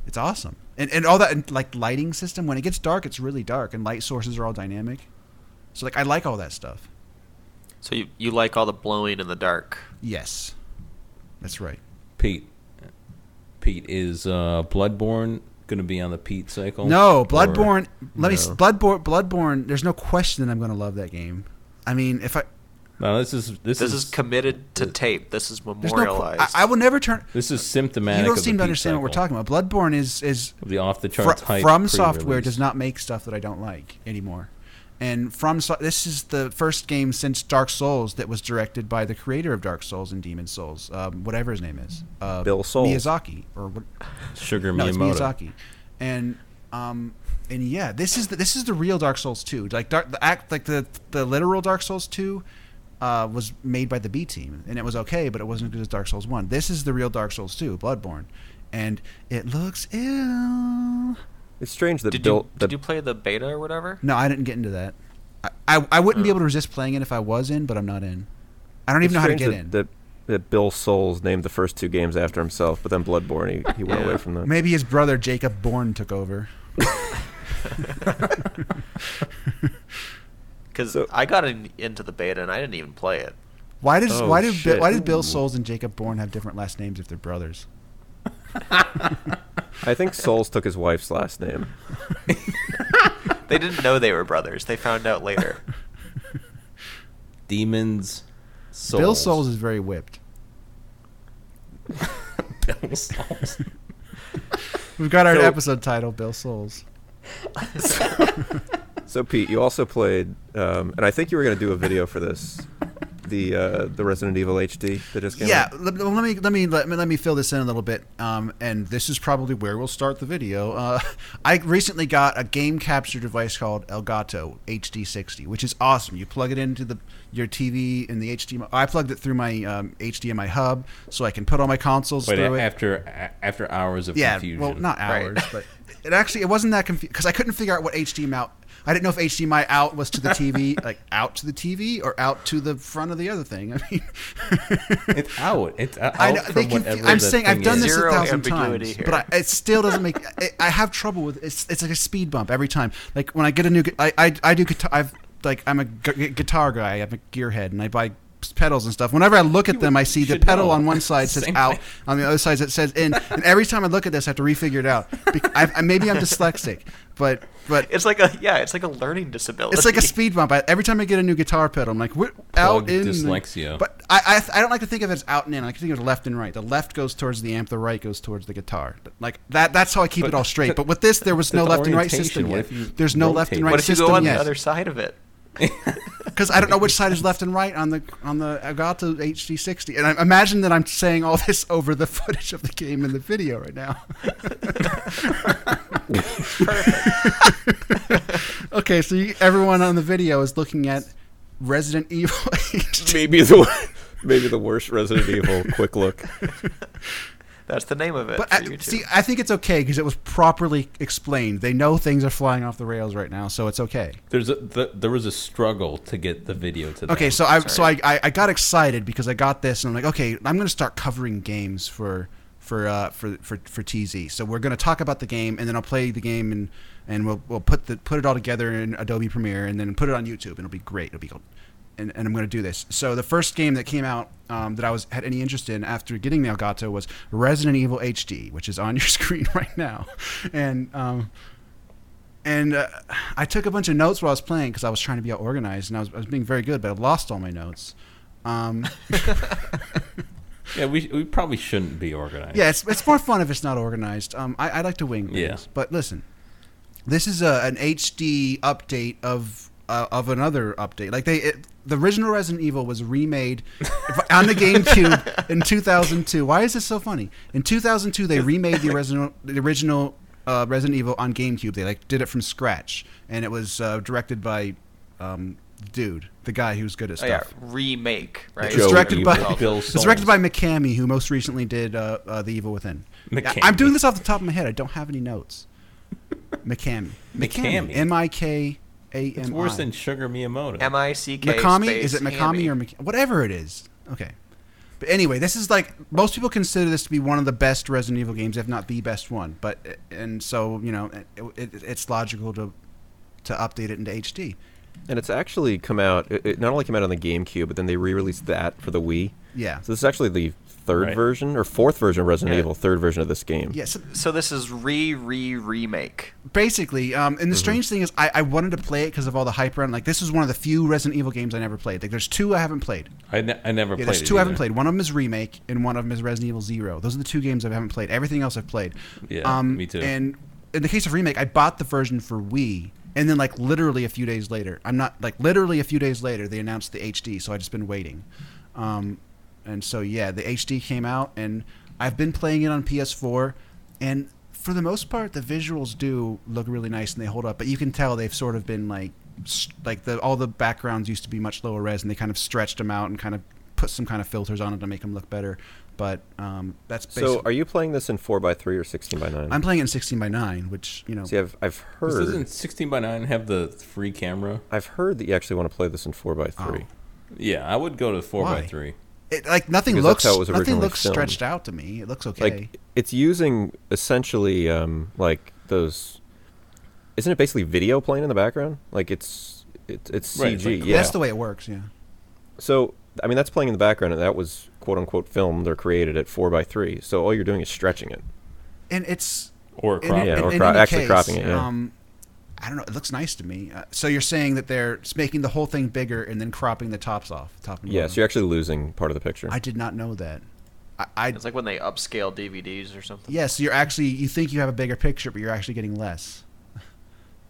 it's awesome. And and all that and like lighting system. When it gets dark, it's really dark, and light sources are all dynamic. So like I like all that stuff.
So you, you like all the blowing in the dark.
Yes, that's right.
Pete. Pete is uh, Bloodborne going to be on the Pete cycle?
No,
Or-
Bloodborne. Let me s
No.
Bloodborne. Bloodborne. There's no question that I'm going to love that game. I mean, if I
No, this is this,
This is
is,
committed to tape. This is
There's no. po-
memorialized.
I, I will never turn.
this is symptomatic.
You don't
of
seem
the
to understand what we're talking about. Bloodborne is is
about. The off the
fr-
charts hype
from software
pre-release.
does not make stuff that I don't like anymore. And from so- this is the first game since Dark Souls that was directed by the creator of Dark Souls and Demon Souls, um, whatever his name is, uh,
Bill Soul.
Miyazaki or what,
Sugar
no, it's
Miyamoto.
Miyazaki, and um, and yeah, this is the, this is the real Dark Souls two. Like dark, the act, like the the literal Dark Souls two. Uh, was made by the B team and it was okay, but it wasn't as good as Dark Souls One. This is the real Dark Souls Two, Bloodborne, and it looks ill.
It's strange that
did
Bill.
you
that,
did you play the beta or whatever?
No, I didn't get into that. I, I, I wouldn't be able to resist playing it if I was in, but I'm not in. I don't even know how to get in.
That, that Bill Souls named the first two games after himself, but then Bloodborne, he, he went
Yeah.
away from that.
Maybe his brother Jacob Bourne took over.
Because
So-
I got in, into the beta and I didn't even play it.
Why does
Oh,
why did Bi-
shit.
why did Bill
Ooh.
Souls and Jacob Bourne have different last names if they're brothers?
I think Souls took his wife's last name.
They didn't know they were brothers. They found out later.
Demons. Souls.
Bill Souls is very whipped.
Bill Souls.
We've got our
So-
episode title, Bill Souls.
So Pete, you also played, um, and I think you were going to do a video for this, the uh, the Resident Evil HD that just came
Yeah,
out.
let, let me let me let me let me fill this in a little bit. Um, and this is probably where we'll start the video. Uh, I recently got a game capture device called Elgato HD60, which is awesome. You plug it into the your TV and the HDMI. I plugged it through my um, HDMI hub, so I can put all my consoles
Wait,
through it.
after a- after hours of
yeah,
confusion.
well, not
Right.
hours, but it actually it wasn't that confusing because I couldn't figure out what HDMI out. I didn't know if HDMI out was to the TV, like out to the TV, or out to the front of the other thing. I mean.
It's out. It's out
I know,
from
they confu-
whatever.
I'm
the
saying I've
thing
done
is.
this a
Zero
thousand
ambiguity
times,
here.
but I, it still doesn't make. I, I have trouble with it's. It's like a speed bump every time. Like when I get a new, gu- I I, I do guitar. I've like I'm a gu- gu- guitar guy. I'm a gearhead, and I buy pedals and stuff. Whenever I look at them, I see the
should
pedal
know.
on one side says
Same
out,
thing.
on the other side it says in, and every time I look at this, I have to refigure it out. Be- I, I, maybe I'm dyslexic, but but.
It's like a yeah. It's like a learning disability.
It's like a speed bump. I, every time I get a new guitar pedal, I'm like, what, out
Plug
in
dyslexia.
But I, I I don't like to think of it as out and in. I like to think of it as left and right. The left goes towards the amp, the right goes towards the guitar. Like that. That's how I keep it
But-
all straight. But with this, there was no
the
left and right
orientation.
system
What
yet.
if you
There's no left and
rotate?
right
What if you
system
go on
yet.
the other side of it?
Because I don't know which side is left and right on the on the Elgato HD60. And I imagine that I'm saying all this over the footage of the game in the video right now. okay, so you, everyone on the video is looking at Resident Evil HD.
Maybe the maybe the worst Resident Evil quick look.
That's the name of it.
But
for
I,
YouTube.
see, I think it's okay because it was properly explained. They know things are flying off the rails right now, so it's okay.
There's a the, there was a struggle to get the video to.
Okay,
them.
so I so I, I I got excited because I got this and I'm like, okay, I'm gonna start covering games for for uh, for for for TZ. So we're gonna talk about the game and then I'll play the game and and we'll we'll put the put it all together in Adobe Premiere and then put it on YouTube and it'll be great. It'll be cool. And, and I'm going to do this. So the first game that came out um, that I was had any interest in after getting the Elgato was Resident Evil HD, which is on your screen right now, and um, and uh, I took a bunch of notes while I was playing because I was trying to be all organized and I was, I was being very good, but I lost all my notes. Um,
yeah, we we probably shouldn't be organized.
yeah, it's, it's more fun if it's not organized. Um, I, I like to wing things,
Yeah.
but listen, this is a, an HD update of uh, of another update. Like they, it, the original Resident Evil was remade on the GameCube in 2002. Why is this so funny? In 2002, they remade the original the original uh, Resident Evil on GameCube. They like did it from scratch, and it was uh, directed by um, dude, the guy who's good at
oh,
stuff.
yeah, remake. Right.
It's directed
Whatever
by-
you call it.
Bill
It's directed by McCammy, who most recently did uh, uh, The Evil Within.
McCammy.
I'm doing this off the top of my head. I don't have any notes. McCammy.
McCammy.
M I K A M I.
It's worse than Sugar Miyamoto.
M I C K.
Mikami.
space E.
Is it Mikami
Hammy.
or Mc- whatever it is? Okay. But anyway, this is like most people consider this to be one of the best Resident Evil games, if not the best one. But uh, and so you know, it, it, it's logical to to update it into HD.
And it's actually come out. It, it not only came out on the GameCube, but then they re-released that for the Wii.
Yeah.
So this is actually the third
Right.
version or fourth version of Resident
Yeah.
Evil. Third version of this game.
Yeah, so
So this is re re remake.
basically, um,
Mm-hmm.
and the strange thing is, I, I wanted to play it because of all the hype around. Like, this is one of the few Resident Evil games I never played. Like, there's two I haven't played.
I, ne- I never
Yeah,
played
there's
it
two I haven't
either.
played. One of them is remake, and one of them is Resident Evil Zero. Those are the two games I haven't played. Everything else I've played.
Yeah,
um,
me too.
And in the case of remake, I bought the version for Wii, and then like literally a few days later, I'm not like literally a few days later, they announced the HD. So I have just been waiting. Um, and so yeah, the HD came out, and I've been playing it on PS4, and for the most part, the visuals do look really nice and they hold up. But you can tell they've sort of been like, s- like the all the backgrounds used to be much lower res, and they kind of stretched them out and kind of put some kind of filters on them to make them look better. But um, that's basically.
So are you playing this in four x three or sixteen x nine?
I'm playing it in 16 by 9, which you know.
See, I've I've
This
heard.
doesn't 16 by 9 have the free camera?
I've heard that you actually want to play this in four x three.
Oh.
Yeah, I would go to 4
Why?
by 3
It, like nothing
Because
looks
that's how it was
nothing
originally
looks
filmed.
stretched out to me. It looks okay.
Like it's using essentially um, like those. Isn't it basically video playing in the background? Like it's it's it's
Right,
CG.
it's like-
yeah.
That's the way it works. Yeah.
So I mean, that's playing in the background, and that was quote unquote filmed or created at four by three. So all you're doing is stretching it.
And it's
or a
in-
crop.
Yeah,
in-
or
in
cro-
any
actually
case,
cropping it, yeah.
Um, I don't know. It looks nice to me. Uh, so you're saying that they're s- making the whole thing bigger and then cropping the tops off, top and
Yeah,
bottom.
so you're actually losing part of the picture.
Mm-hmm. I did not know that. I, I
It's like when they upscale DVDs or something.
yeah. So you're actually you think you have a bigger picture, but you're actually getting less.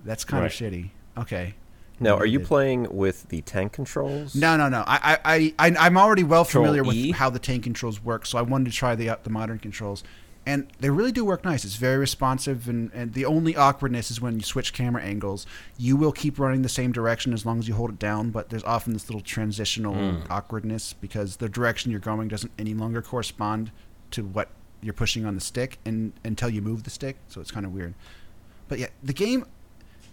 That's kind
Right.
of shitty. Okay.
now, are you
Did-
playing with the tank controls?
No, no, no. I, I, I, I- I'm already well
Control
familiar with
E?
how the tank controls work, so I wanted to try the uh, the modern controls, and they really do work nice. It's very responsive, and, and the only awkwardness is when you switch camera angles. You will keep running the same direction as long as you hold it down, but there's often this little transitional
Hmm.
awkwardness because the direction you're going doesn't any longer correspond to what you're pushing on the stick, and until you move the stick, so it's kind of weird. But yeah, the game,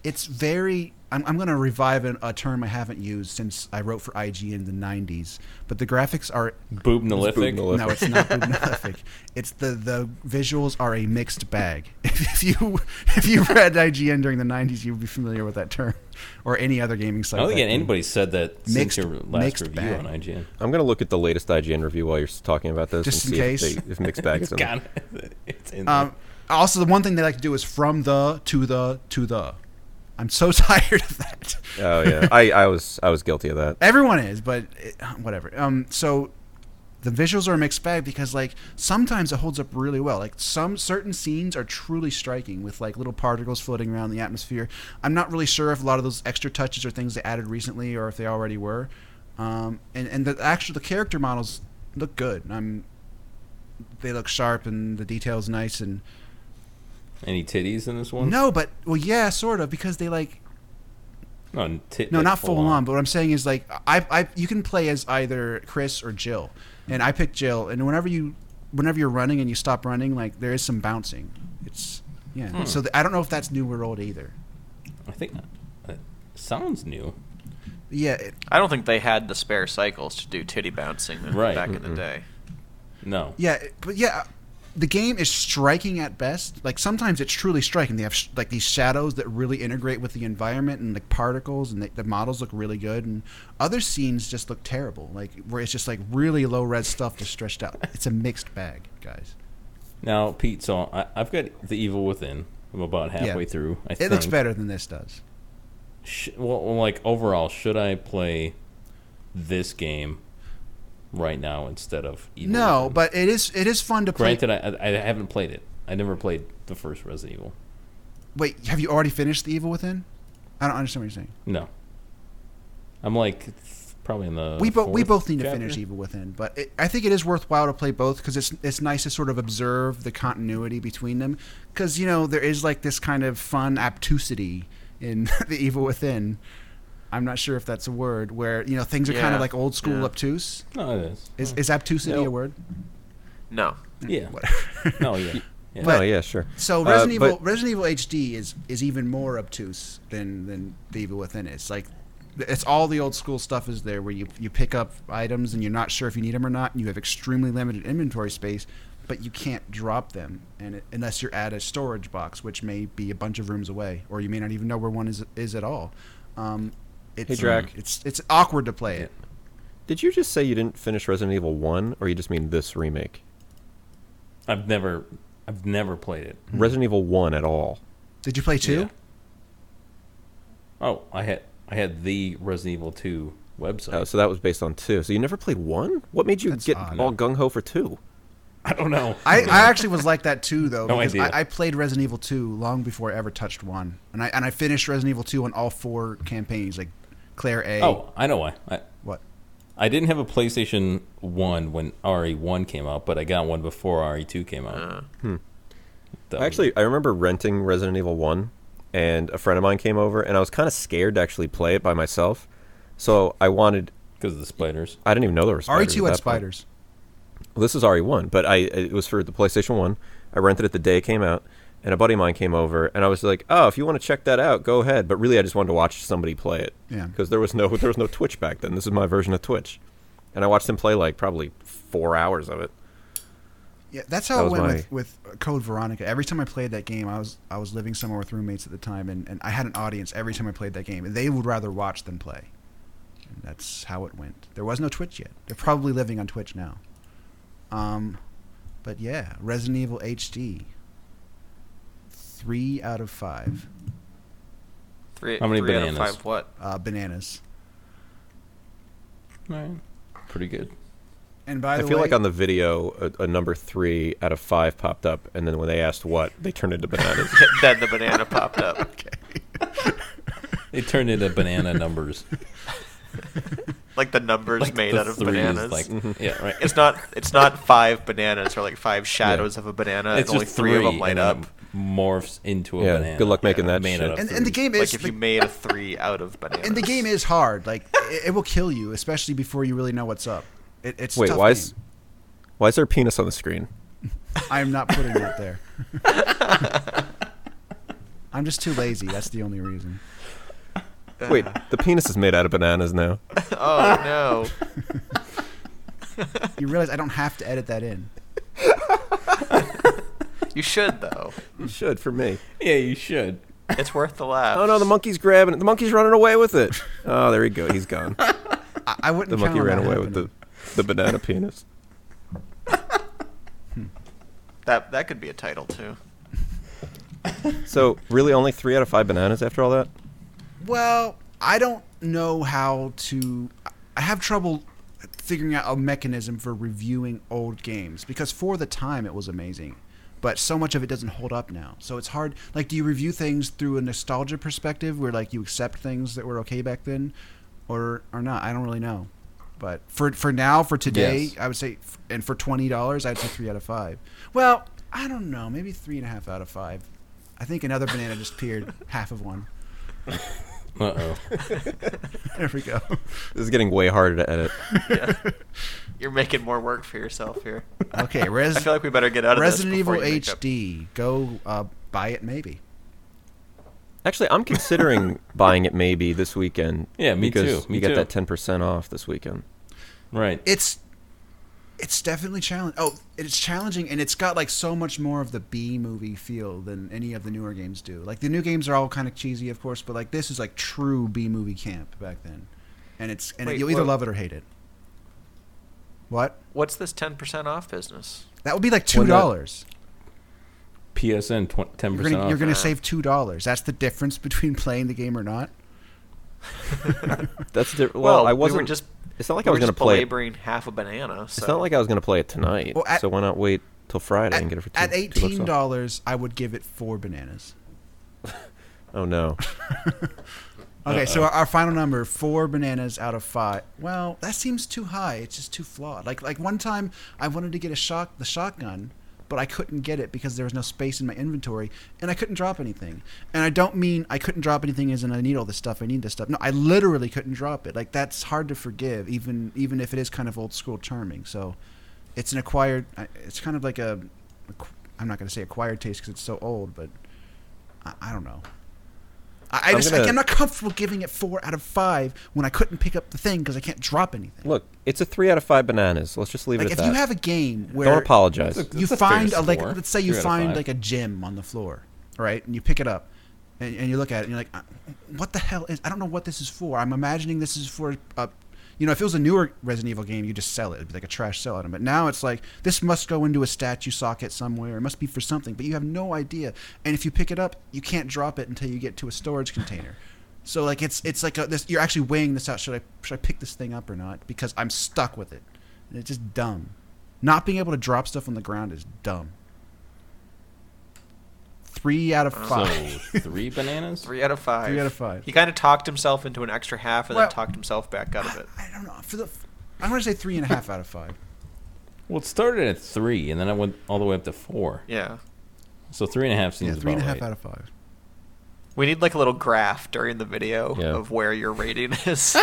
it's very. I'm, I'm going to revive an, a term I haven't used since I wrote for IG in the 90s. But the graphics are.
Boob Nalithic.
Boobnalithic.
No, it's not prolific. It's the the visuals are a mixed bag. If you if you read IGN during the 90s, you'd be familiar with that term, or any other gaming
I
site.
don't think
back then.
anybody said that
Mixed-
since your last
mixed
review
bag.
on IGN.
I'm going to look at the latest IGN review while you're s- talking about this
Just
and
in
see
case.
if, they, if mixed bags. in there.
God, it's in
Um, also, the one thing they like to do is from the to the to the. I'm so tired of that.
Oh yeah, I, I was I was guilty of that.
Everyone is, but it, whatever. Um, so the visuals are a mixed bag because like sometimes it holds up really well. Like some certain scenes are truly striking with like little particles floating around in the atmosphere. I'm not really sure if a lot of those extra touches are things they added recently or if they already were. Um, and and the actual the character models look good. I'm they look sharp and the details nice and
there. Any titties in this one?
no, but well yeah, sort of because they like
No, n- tit-
No,
like
not full on. But what I'm saying is like I, I you can play as either Chris or Jill, and I picked Jill. And whenever you whenever you're running and you stop running, like there is some bouncing. It's yeah. So th- I don't know if that's new or old either.
I think that sounds new.
Yeah, it,
I don't think they had the spare cycles to do titty bouncing
Right.
back in the day.
No.
yeah, it- but yeah. uh, The game is striking at best. Like sometimes it's truly striking. They have sh- like these shadows that really integrate with the environment and like particles, and the, the models look really good. And other scenes just look terrible. Like where it's just like really low res stuff just stretched out. It's a mixed bag, guys.
Now, Pete, so I, I've got The Evil Within. I'm about halfway through. I
It
think.
looks better than this does.
Sh- well, well, like, overall, should I play this game right now instead of Evil
No,
Within?
but it is it is fun to play.
Granted, I, I- I haven't played it. I never played the first Resident Evil.
Wait, have you already finished The Evil Within? I don't understand what you're saying.
No. I'm like th- probably in the.
we both we
fourth
both need to
chapter.
finish E Evil Within, but it, I think it is worthwhile to play both because it's it's nice to sort of observe the continuity between them because you know there is like this kind of fun obtusity in The Evil Within. I'm not sure if that's a word where you know things are kind
Yeah,
of like old school
yeah.
obtuse.
No, it is.
Is is obtusity
No.
a word?
No.
Yeah.
Whatever.
No, yeah. yeah.
But-
oh yeah, sure.
So
Uh,
Resident
but-
Evil Resident Evil HD is is even more obtuse than than The Evil Within is. Like it's all the old school stuff is there where you you pick up items and you're not sure if you need them or not and you have extremely limited inventory space but you can't drop them and it, unless you're at a storage box which may be a bunch of rooms away or you may not even know where one is is at all. Um, It's,
Hey, Drac.
It's it's awkward to play it.
Did you just say you didn't finish Resident Evil One, or you just mean this remake?
I've never, I've never played it.
Hmm.
Resident Evil One at all?
Did you play two?
Yeah. Oh, I had, I had the Resident Evil Two website.
Oh, so that was based on two. So you never played one? What made you
That's
get
odd.
all gung ho for two?
I don't know.
I, I actually was like that too, though,
No
because
idea.
I, I played Resident Evil 2 long before I ever touched 1. And I, and I finished Resident Evil 2 on all four campaigns, like Claire A.
oh, I know why. I,
What?
I didn't have a PlayStation One when RE One came out, but I got one before RE Two came out.
Uh.
Hmm.
That was-
Actually, I remember renting Resident Evil 1, and a friend of mine came over, and I was kind of scared to actually play it by myself. So I wanted.
because of the spiders.
I didn't even know there were spiders.
RE2 E
at
had
that point.
spiders.
Well, this is RE1, but I it was for the PlayStation 1. I rented it the day it came out, and a buddy of mine came over, and I was like, "Oh, if you want to check that out, go ahead." But really, I just wanted to watch somebody play it.
Yeah.
Because there was no there was no Twitch back then. This is my version of Twitch, and I watched him play like probably four hours of it.
Yeah, that's how
That
it
was
went
my-
with, with Code Veronica. Every time I played that game, I was I was living somewhere with roommates at the time, and, and I had an audience every time I played that game, and they would rather watch than play. And that's how it went. There was no Twitch yet. They're probably living on Twitch now. Um, but yeah, Resident Evil HD. Three out of five
Three,
How many
three out of
bananas?
five what?
uh, bananas.
Pretty good.
And by
I
the
feel
way,
like on the video, a, a number three out of five popped up, and then when they asked what, they turned into bananas.
then the banana popped up.
They turned into banana numbers.
Like the numbers
Like
made
the
out of
three is
bananas.
Like, mm-hmm. yeah, right.
It's not it's not five bananas or like five shadows of a banana.
It's
and only
just
three, of them light
and
up.
then it Morphs into a
Yeah,
banana.
good luck making
Yeah,
that
made
shit.
out of
and, and the
three.
game is
Like if
the-
you made a three out of bananas.
and the game is hard. Like it, it will kill you, especially before you really know what's up. It, it's a
Wait,
tough
why is
game.
why is there a penis on the screen?
I'm not putting that there. I'm just too lazy. That's the only reason.
Wait, the penis is made out of bananas now.
Oh no.
You realize I don't have to edit that in.
You should though.
You should for me.
Yeah, you should.
It's worth the laugh.
Oh no, the monkey's grabbing it. The monkey's running away with it. Oh, there he go. He's gone.
I, I wouldn't.
The monkey
count on
ran
that
away with the
happening.
the banana penis.
That that could be a title too.
So really, only three out of five bananas after all that.
Well, I don't know how to. I have trouble figuring out a mechanism for reviewing old games because for the time it was amazing, but so much of it doesn't hold up now. So it's hard. Like, do you review things through a nostalgia perspective where like you accept things that were okay back then, or or not? I don't really know. But for for now, for today,
Yes.
I would say, and for twenty dollars, I'd say three out of five. Well, I don't know, maybe three and a half out of five. I think another banana just appeared, half of one.
Uh oh.
There we go.
This is getting way harder to edit.
Yeah. You're making more work for yourself here.
Okay, Res-
I feel like we better get out of
Resident
this
Evil
before you make up-
HD. Go uh, buy it, maybe.
Actually, I'm considering buying it maybe this weekend.
Yeah, me
because
too, me
you get
too.
that ten percent off this weekend.
Right.
It's it's definitely challenging. Oh, it's challenging, and it's got like so much more of the B movie feel than any of the newer games do. Like the new games are all kind of cheesy, of course, but like this is like true B movie camp back then, and it's and
Wait,
you'll either
what-
love it or hate it. What?
What's this ten percent off business?
That would be like two
When the-
dollars.
PSN ten
You're
percent
gonna
off.
you're gonna
yeah.
save two dollars. That's the difference between playing the game or not.
That's di- well, I
we were
wasn't
just-
It's not like
We're
I was going to
just
play. it.
belaboring half a banana. So.
It's not like I was going to play it tonight.
Well, at-
so why not wait till Friday and
At,
get it for two,
at
two bucks
eighteen
off?
dollars, I would give it four bananas.
Oh no.
Okay, so our, our final number four bananas out of five. Well, that seems too high. It's just too flawed. Like like one time, I wanted to get a shock the shotgun, but I couldn't get it because there was no space in my inventory, and I couldn't drop anything. And I don't mean I couldn't drop anything as in I need all this stuff. I need this stuff. No, I literally couldn't drop it. Like that's hard to forgive, even even if it is kind of old school charming. So, it's an acquired. I- It's kind of like a. ac- I'm not going to say acquired taste because it's so old, but I, I don't know. I, I
I'm
just
gonna-
I, I'm not comfortable giving it four out of five when I couldn't pick up the thing because I can't drop anything.
Look, it's a three out of five bananas. Let's just leave
like
it
if
at
you
that.
have a game where
Don't apologize.
That's a-
you
fair
find a, like
score.
let's say you
Three out of
find
five.
like a gem on the floor, right? And you pick it up, and, and you look at it and you're like, "Uh, what the hell is? I don't know what this is for. I'm imagining this is for a, you know, if it was a newer Resident Evil game, you just sell it. It'd be like a trash sell item. But now it's like this must go into a statue socket somewhere. It must be for something, but you have no idea. And if you pick it up, you can't drop it until you get to a storage container. So like it's it's like a, this, you're actually weighing this out. Should I should I pick this thing up or not? Because I'm stuck with it. And it's just dumb. Not being able to drop stuff on the ground is dumb. Three out of
So
five.
three bananas.
Three out of five.
Three out of five.
He kind of talked himself into an extra half and
Well-
then talked himself back out of it.
I don't know. For the, I'm gonna say three and a half out of five.
Well, it started at three, and then I went all the way up to four.
Yeah.
So three and a half seems
yeah, three and
about
a half
right.
out of five.
We need like a little graph during the video
Yeah.
of where your rating is.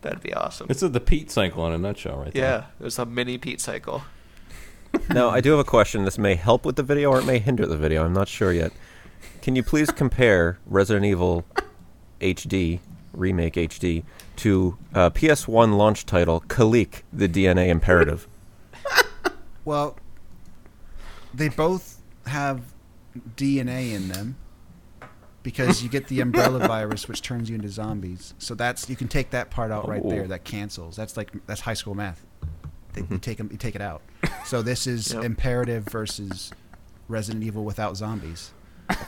That'd be awesome.
It's a, the Pete cycle in a nutshell, right
yeah, it was a mini Pete cycle.
now, I do have a question. This may help with the video or it may hinder the video. I'm not sure yet. Can you please compare Resident Evil HD, Remake HD, to uh, PS1 launch title Kalik, the DNA Imperative?
Well, they both have DNA in them because you get the umbrella virus, which turns you into zombies. So that's you can take that part out right
Oh. Mm-hmm.
there. That cancels. That's like that's high school math. They, you take 'em- you take it out. So this is
Yep.
imperative versus Resident Evil without zombies.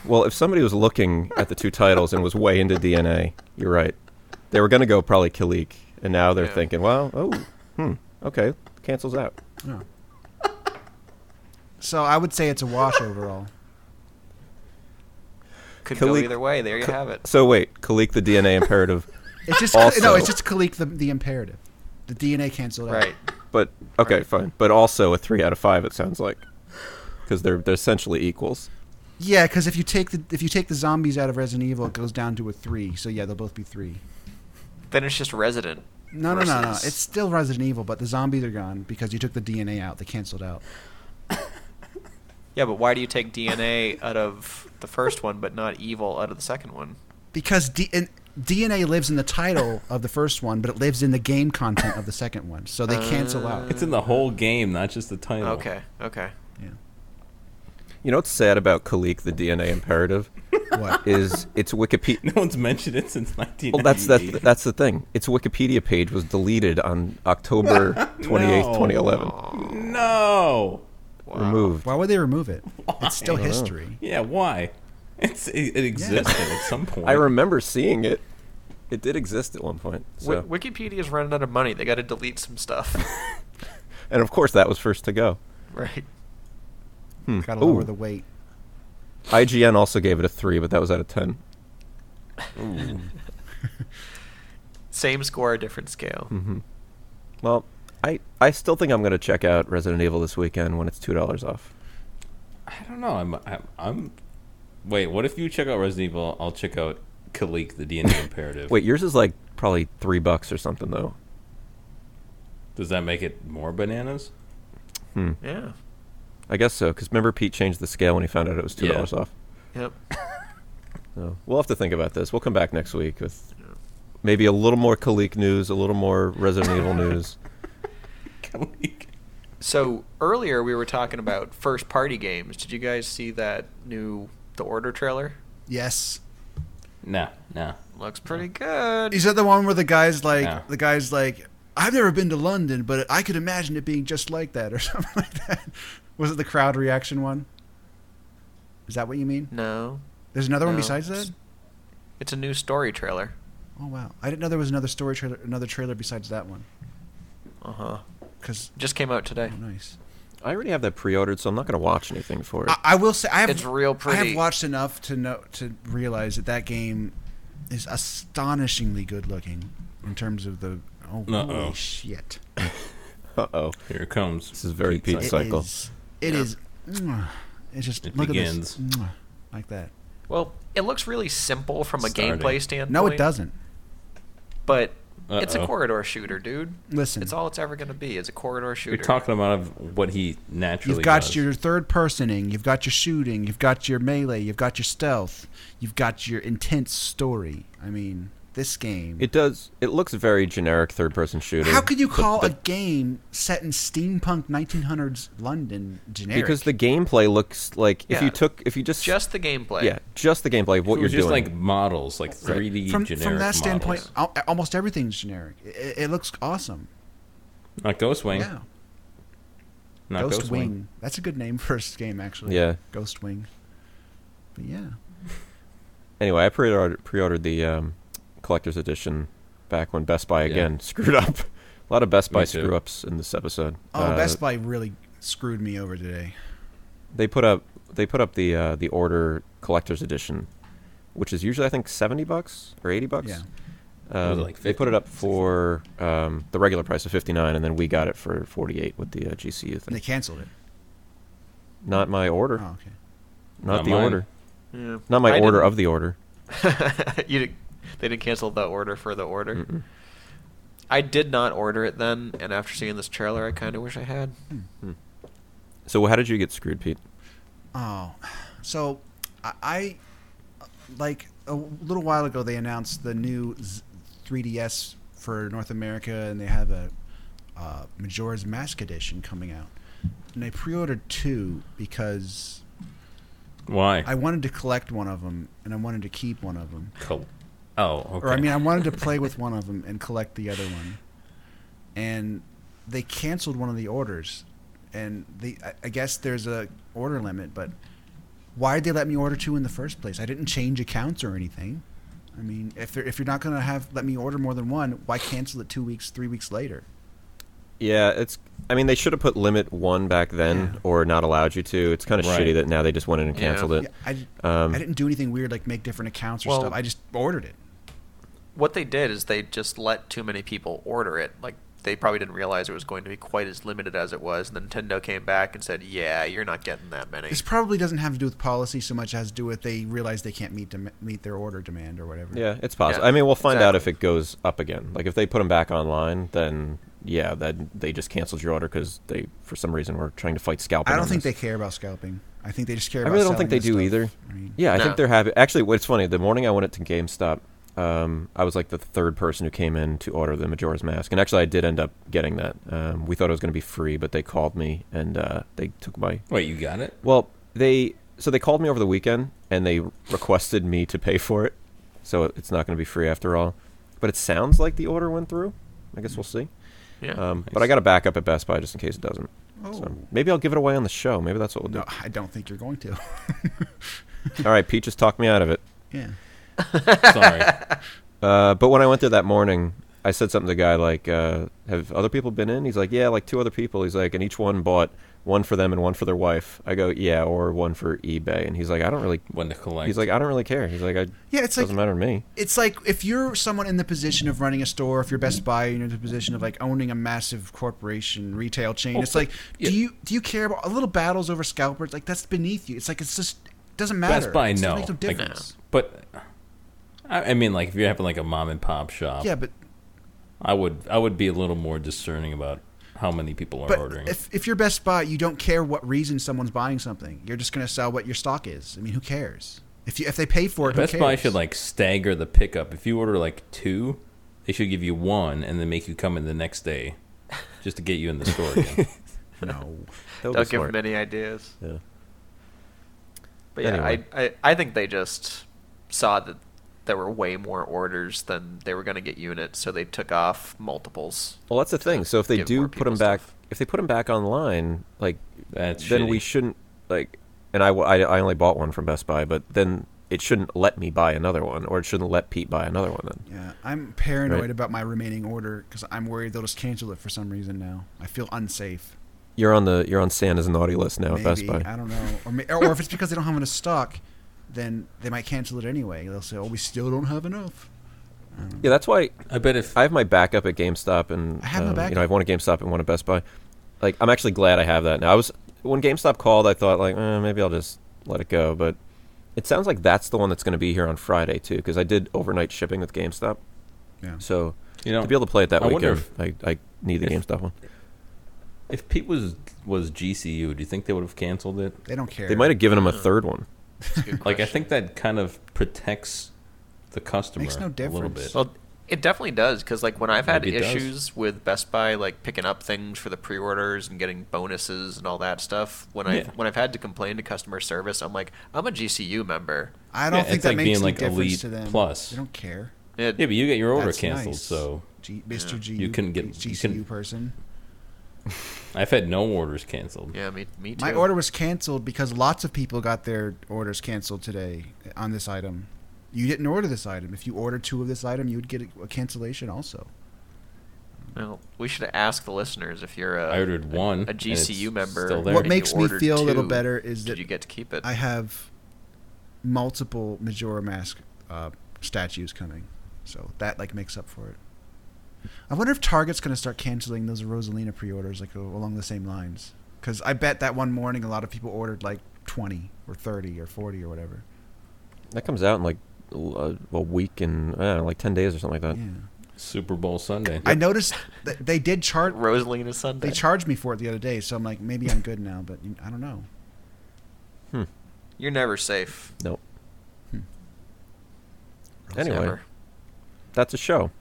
Well, if somebody was looking at the two titles and was way into DNA, you're right. They were going to go probably Kalik, and now they're
Yeah.
thinking, well, oh, hmm, okay, cancels out.
No. So I would say it's a wash overall.
Could go
Kalik-
either way. There you have it.
So wait, Kalik, the DNA Imperative,
It's just no,
Also-
it's just Kalik the, the imperative. The DNA canceled out.
Right.
but okay,
Right.
fine, but also a three out of five. It sounds like because they're they're essentially equals.
Yeah, because if you take the if you take the zombies out of Resident Evil, it goes down to a three. So yeah, they'll both be three.
Then it's just Resident.
No, no, no, no.
versus-
It's still Resident Evil, but the zombies are gone because you took the DNA out. They canceled out.
Yeah, but why do you take DNA out of the first one but not evil out of the second one?
Because D- and DNA lives in the title of the first one, but it lives in the game content of the second one. So they cancel
there.
out.
It's in the whole game, not just the title.
Okay, okay.
Yeah.
You know what's sad about Kalik, the DNA Imperative,
What?
is it's Wikipedia.
No one's mentioned it since 1998.
Well, that's that's that's the thing. Its Wikipedia page was deleted on October twenty eighth,
No.
2011.
no.
Wow.
Removed.
Why would they remove it? It's still
know.
history.
Yeah, why? It's it, it existed at some point.
I remember seeing it. It did exist at one point. So.
Wi- Wikipedia's running out of money. They got to delete some stuff.
And of course, that was first to go.
right.
Gotta
Ooh.
lower the weight.
IGN also gave it a three, but that was out of ten.
Same score, different scale.
Well, I I still think I'm going to check out Resident Evil this weekend when it's two dollars off.
I don't know. I'm, I'm I'm. Wait, what if you check out Resident Evil? I'll check out Kalik, the DNA Imperative.
Wait, yours is like probably three bucks or something though.
does that make it more bananas?
Yeah.
I guess so, because remember Pete changed the scale when he found out it was two
Yeah.
dollars off.
Yep.
So we'll have to think about this. We'll come back next week with maybe a little more Kalik news, a little more Resident Evil news.
Kalik.
So earlier we were talking about first party games. Did you guys see that new The Order trailer?
Yes.
Nah, nah.
Looks pretty good.
Is that the one where the guy's like,
Yeah.
the guy's like, I've never been to London, but I could imagine it being just like that or something like that? Was it the crowd reaction one? Is that what you mean?
No.
There's another one
No.
besides that?
It's a new story trailer.
Oh wow, I didn't know there was another story trailer, another trailer besides that one.
Uh huh.
Cause
Just came out today.
oh, nice.
I already have that pre-ordered, so I'm not going to watch anything for it.
I, I will say I have
It's real
I
pretty.
have watched enough to know to realize that that game is astonishingly good looking in terms of the oh
Uh-oh.
holy shit.
Uh oh,
Here it comes. This
is very Pete
It
Cycle.
is- It
Yeah.
is. It's just
It
look
begins.
at this. mwah, Like that.
Well, it looks really simple from a
Starting.
gameplay standpoint.
No, it doesn't.
But it's a
Uh-oh.
corridor shooter, dude.
Listen,
It's all it's ever going to be is a corridor shooter.
You're talking about of what he naturally.
you've got
does.
your third personing, you've got your shooting, you've got your melee, you've got your stealth, you've got your intense story. I mean, this game.
It does. It looks very generic third-person shooter.
How could you
but
call
the-
a game set in steampunk 1900s London generic?
Because the gameplay looks like if
Yeah.
you took if you just
Just the gameplay.
yeah just the gameplay of what
it
you're
was just
doing.
like models, like three D
from,
generic
from that standpoint,
models.
al- almost everything's generic. I- I- It, looks awesome.
Not Ghostwing.
Yeah,
Not
Ghost
Ghostwing.
Wing. That's a good name for a game, actually.
Yeah.
Ghost Wing. But yeah,
anyway, I pre-ordered, pre-ordered the um, collector's edition back when Best Buy
Yeah.
again screwed up. A lot of Best
Me
Buy
too.
screw ups in this episode.
oh,
Uh,
Best Buy really screwed me over today.
They put up they put up the uh, the order collector's edition, which is usually I think seventy bucks or eighty bucks.
Yeah.
Um,
Was it like
they put it
50,
up for um, the regular price of fifty nine, and then we got it for forty eight with the uh, GCU
And they
thing.
canceled it.
Not my
Oh,
order.
okay.
Not,
Not
the
mine.
order.
Yeah.
Not my
I
order
didn't-
of the order.
you did, they didn't cancel the order for the order. I did not order it then, and after seeing this trailer, I kind of wish I had.
So how did you get screwed, Pete?
Oh, so I, I like a little while ago they announced the new Z- 3DS for North America, and they have a uh, Majora's Mask edition coming out. And I pre-ordered two because
Why?
I wanted to collect one of them, and I wanted to keep one of them.
Col- oh, okay.
Or I mean, I wanted to play with one of them and collect the other one. And they canceled one of the orders, and the I- I guess there's a order limit, but why did they let me order two in the first place? I didn't change accounts or anything. I mean, if they're, if you're not gonna have let me order more than one, why cancel it two weeks, three weeks later?
Yeah, it's. I mean, they should have put limit one back then,
Yeah.
or not allowed you to. It's kind of
Right.
shitty that now they just went in and
Yeah.
canceled
Yeah,
it.
I,
Um,
I didn't do anything weird like make different accounts or
Well-
stuff. I just ordered it.
What they did is they just let too many people order it. Like they probably didn't realize it was going to be quite as limited as it was. And Nintendo came back and said, "Yeah, you're not getting that many."
This probably doesn't have to do with policy so much as to do with they realize they can't meet dem- meet their order demand or whatever.
Yeah, it's possible.
Yeah,
I mean, we'll find out if
exactly.
it goes up again. Like if they put them back online, then yeah, then they just canceled your order because they, for some reason, were trying to fight scalping.
I don't think they care about scalping. I think they just care.
I
about
really don't think they
selling
do
this
either.
stuff. I mean,
Yeah, I
No.
think they're happy. Actually, what's funny, the morning I went to GameStop, um, I was like the third person who came in to order the Majora's Mask, and actually, I did end up getting that. Um, we thought it was going to be free, but they called me and uh, they took my.
Wait, you got it?
Well, they so they called me over the weekend and they requested me to pay for it, so it's not going to be free after all. But it sounds like the order went through. I guess we'll see.
yeah.
Um, but I got a backup at Best Buy just in case it doesn't. So
Oh.
maybe I'll give it away on the show. Maybe that's what we'll do.
No, I don't think you're going to.
All right, Pete, just talk me out of it.
yeah.
Sorry.
Uh, but when I went there that morning, I said something to the guy like, uh, "Have other people been in?" He's like, "Yeah, like two other people." He's like, "And each one bought one for them and one for their wife." I go, "Yeah, or one for eBay." And he's like, "I don't really."
when to collect?
He's like, "I don't really care." He's like, "I
Yeah, it's like
doesn't matter to me."
it's like if you're someone in the position of running a store, if you're Best Buy, and you're in the position of like owning a massive corporation retail chain.
Well,
it's like,
Oh, yeah.
do you do you care about little battles over scalpers? Like that's beneath you. It's like it's just doesn't matter.
Best Buy,
It doesn't
no.
make no
Like,
difference.
but I, I mean, like if you're having like a mom and pop shop,
yeah, but
I would I would be a little more discerning about how many people are
but
ordering.
if if you're Best Buy, you don't care what reason someone's buying something. You're just gonna sell what your stock is. I mean, who cares? If you if they pay for it, who
Best Buy
cares?
should like stagger the pickup. If you order like two, they should give you one and then make you come in the next day, just to get you in the store again.
no.
That would be
Don't give
smart.
them any ideas.
Yeah.
But yeah,
Anyway.
I, I I think they just saw that there were way more orders than they were going to get units, so they took off multiples.
Well, that's the thing. So if they
give more
do put
people
them back,
stuff.
if they put them back online, like
That's
then we
shitty.
shouldn't like. And I, w- I- I only bought one from Best Buy, but then it shouldn't let me buy another one, or it shouldn't let Pete buy another one. Then
Yeah, I'm paranoid
Right.
about my remaining order because I'm worried they'll just cancel it for some reason now. I feel unsafe.
you're on the you're on Santa's naughty list now
Maybe
at Best Buy.
I don't know, or, may- or if it's because they don't have enough stock, then they might cancel it anyway. They'll say, "Oh, we still don't have enough."
Yeah, that's why
I bet if
I have my backup at GameStop, and
I have my
um, you
backup.
know I have one at GameStop and one at Best Buy. Like I'm actually glad I have that now. I was when GameStop called, I thought like eh, maybe I'll just let it go, but it sounds like that's the one that's going to be here on Friday too, because I did overnight shipping with GameStop,
Yeah.
so
you know
to be able to play it that
I wonder
weekend, I, I need the
if-
GameStop one.
if Pete was was GCU, do you think they would have canceled it?
They don't care.
They might have given him a third one.
It's a good
Like I
question.
think that kind of protects the customer
Makes no
a little
difference.
bit.
Well, it definitely does because like when I've had
Maybe it does.
issues with Best Buy, like picking up things for the pre-orders and getting bonuses and all that stuff, when I
Yeah.
have when I've had to complain to customer service, I'm like, I'm a GCU member.
I don't
Yeah,
think
it's
that
like
makes
being
any
like
difference
Elite
to them.
Plus.
They don't care.
It-
yeah, but you get your order
That's
canceled,
nice.
so
G- Mr. G,
You couldn't get-
GCU
you couldn't-
person.
I've had no orders canceled.
yeah, me, me too.
My order was canceled because lots of people got their orders canceled today on this item. You didn't order this item. If you ordered two of this item, you would get a, a cancellation also.
Well, we should ask the listeners if you're a
I ordered one,
a
and
GCU
it's
member.
still there.
and
What
you
makes me
ordered
feel a little
two,
better is
Did
that
you get to keep it?
I have multiple Majora Mask uh, statues coming, so that like makes up for it. I wonder if Target's going to start canceling those Rosalina pre-orders like a- along the same lines, because I bet that one morning a lot of people ordered like twenty or thirty or forty or whatever.
That comes out in like l- uh, a week and I don't know, like ten days or something like that.
yeah,
Super Bowl Sunday.
I noticed that they did charge
Rosalina Sunday.
they charged me for it the other day, so I'm like maybe I'm good now, but I don't know.
you're never safe.
Nope.
Hmm.
It's
Anyway,
never.
that's a show.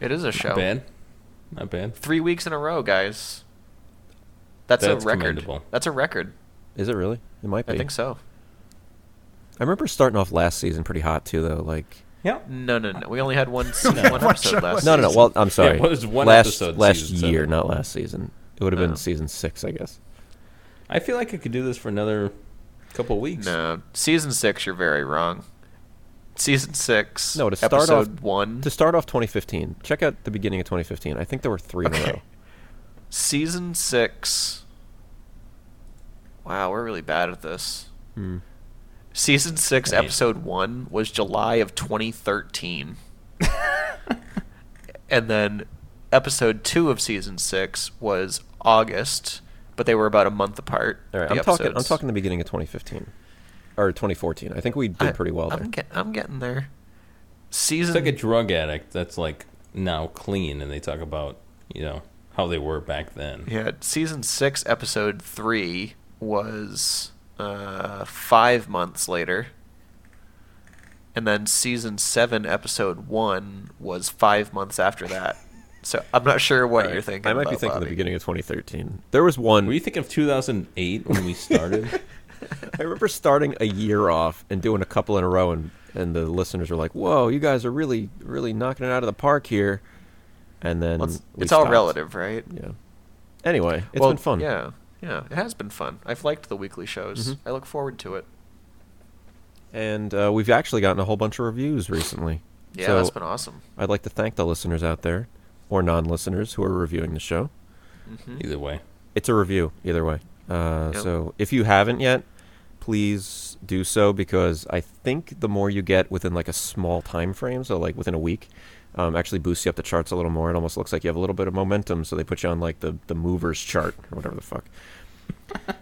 it is a show.
Not bad. Not bad.
Three weeks in a row, guys. That's,
That's
a record.
commendable.
That's a record.
Is it really? It might be.
I think so.
I remember starting off last season pretty hot too, though. Like
Yep.
No, no, no. We only had one, se-
No.
one
One
episode
show.
last.
no, no, no.
season.
Well, I'm sorry.
it was one
last
episode
last
season
year,
seven.
not last season. It would have
Oh.
been season six, I guess.
I feel like I could do this for another couple weeks.
No, season six. You're very wrong. Season six.
No, to start
episode
off-
one.
To start off 2015, check out the beginning of 2015. I think there were three in a row.
Okay. Season six. Wow, we're really bad at this.
Hmm.
Season six,
I mean-
episode one was July of 2013, and then episode two of season six was August, but they were about a month apart.
All right,
the
I'm talking. I'm
episodes.
talking the beginning of 2015 or 2014. I think we did
I-
pretty well there.
I'm, get, I'm getting there.
It's
Season
like a drug addict that's like now clean, and they talk about you know how they were back then.
Yeah, season six, episode three was uh, five months later, and then season seven, episode one was five months after that. So I'm not sure what
Right.
you're thinking.
I might be
about,
thinking the
Bobby.
beginning of 2013. There was one.
Were you thinking of 2008 when we started?
I remember starting a year off and doing a couple in a row, and, and the listeners were like, "Whoa, you guys are really, really knocking it out of the park here." And then
Well, it's
we
it's all
stopped.
relative, right?
Yeah. Anyway, it's
Well,
been fun.
Yeah, yeah, it has been fun. I've liked the weekly shows.
Mm-hmm.
I look forward to it.
And uh, we've actually gotten a whole bunch of reviews recently.
Yeah,
so
that's been awesome.
I'd like to thank the listeners out there, or non-listeners who are reviewing the show. Hmm?
Either way,
It's a review, either way. Uh,
Yep.
So if you haven't yet, please do so because I think the more you get within like a small time frame, so like within a week, um, actually boosts you up the charts a little more. It almost looks like you have a little bit of momentum, so they put you on like the the movers chart or whatever the fuck.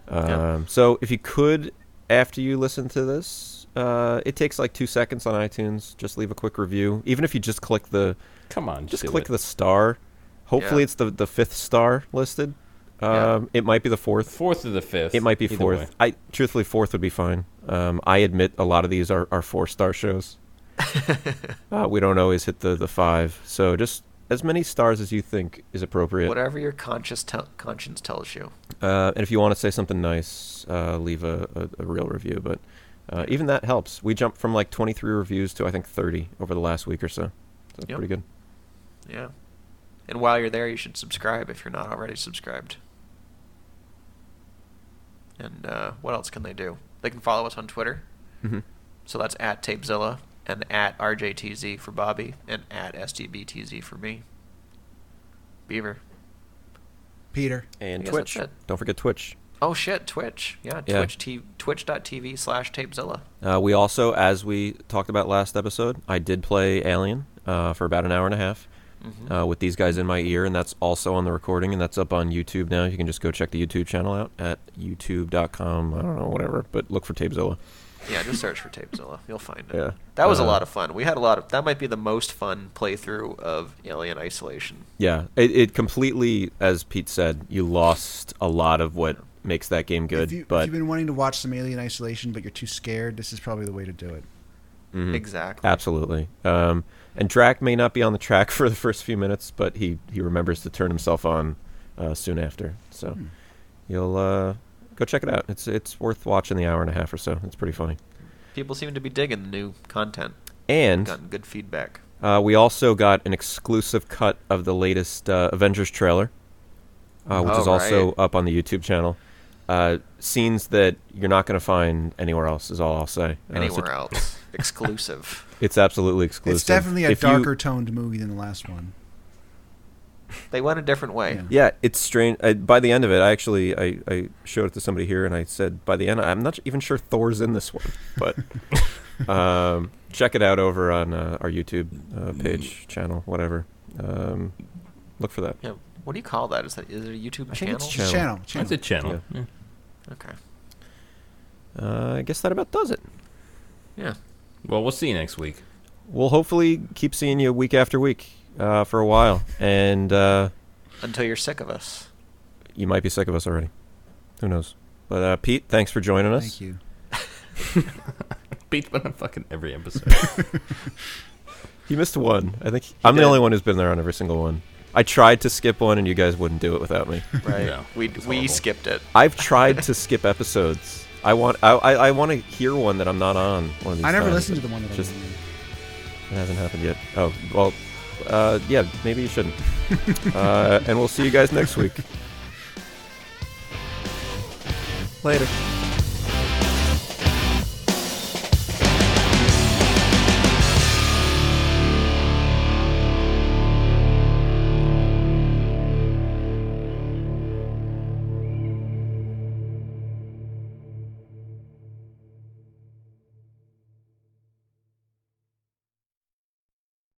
Um, so if you could, after you listen to this, uh, it takes like two seconds on iTunes. Just leave a quick review, even if you just click the
come on,
just
do
click
it.
the star. Hopefully,
Yeah.
it's the the fifth star listed.
Yeah.
Um, It might be the fourth.
fourth or the fifth.
It might be
Either
fourth.
way.
I truthfully fourth would be fine. Um, I admit a lot of these are, are four star shows. uh, we don't always hit the, the five, so just as many stars as you think is appropriate.
Whatever your conscious tel- conscience tells you.
Uh, and if you want to say something nice, uh, leave a, a, a real review. But uh, even that helps. We jumped from like twenty three reviews to I think thirty over the last week or so. So that's
Yep.
pretty good.
Yeah. And while you're there, you should subscribe if you're not already subscribed. And uh, what else can they do? They can follow us on Twitter.
Mhm.
So that's at Tapezilla and at RJTZ for Bobby and at SDBTZ for me. Beaver.
Peter,
And
Yes,
Twitch.
that's it.
Don't forget Twitch.
Oh shit, Twitch. Yeah,
Yeah.
Twitch t- twitch.tv slash Tapezilla.
Uh, we also, as we talked about last episode, I did play Alien uh, for about an hour and a half
Mhm.
uh, with these guys in my ear, and that's also on the recording, and that's up on YouTube now. You can just go check the YouTube channel out at youtube.com. I don't know, whatever, but look for Tapezilla.
Yeah, just search for Tapezilla. You'll find it.
Yeah.
That was a
Uh,
lot of fun. We had a lot of that might be the most fun playthrough of Alien Isolation.
Yeah, it, it completely, as Pete said, you lost a lot of what makes that game good,
If, you,
but
have been wanting to watch some Alien Isolation, but you're too scared, this is probably the way to do it.
Mm-hmm.
Exactly.
Absolutely. Um, and Drac may not be on the track for the first few minutes, but he, he remembers to turn himself on uh, soon after. So you'll uh, go check it out. It's it's worth watching the hour and a half or so. It's pretty funny.
People seem to be digging the new content.
And
Gotten good feedback.
uh, we also got an exclusive cut of the latest uh, Avengers trailer, uh, which
Oh,
is also
right.
up on the YouTube channel. Uh, scenes that you're not going to find anywhere else is all I'll say. Uh, so
Anywhere else. Exclusive.
It's absolutely exclusive.
It's definitely a
If you-
darker toned movie than the last one.
They went a different way.
Yeah.
Yeah, it's strange. I, by the end of it, I actually I, I showed it to somebody here, and I said, by the end, I'm not even sure Thor's in this one, but um, check it out over on uh, our YouTube uh, page, channel, whatever. Um, look for that.
Yeah, What do you call that? Is that is it a YouTube
I think
channel?
it's
Channel. Channel.
That's a channel. Yeah.
okay.
Uh, I guess that about does it.
Yeah.
Well, we'll see you next week.
We'll hopefully keep seeing you week after week uh, for a while, and uh,
Until you're sick of us.
you might be sick of us already. Who knows? But uh, Pete, thanks for joining us.
Thank you.
Beats been on fucking every episode.
He missed one. I think I'm the
did.
only one who's been there on every single one. I tried to skip one, and you guys wouldn't do it without me.
Right.
No,
we
it was
we
horrible.
skipped it.
I've tried to skip episodes. I want I, I, I want to hear one that I'm not on. One of these
I never
times,
listened to
but
the one that
just
I did.
it hasn't happened yet. Oh well, uh, yeah, maybe you shouldn't. uh, and we'll see you guys next week. Later.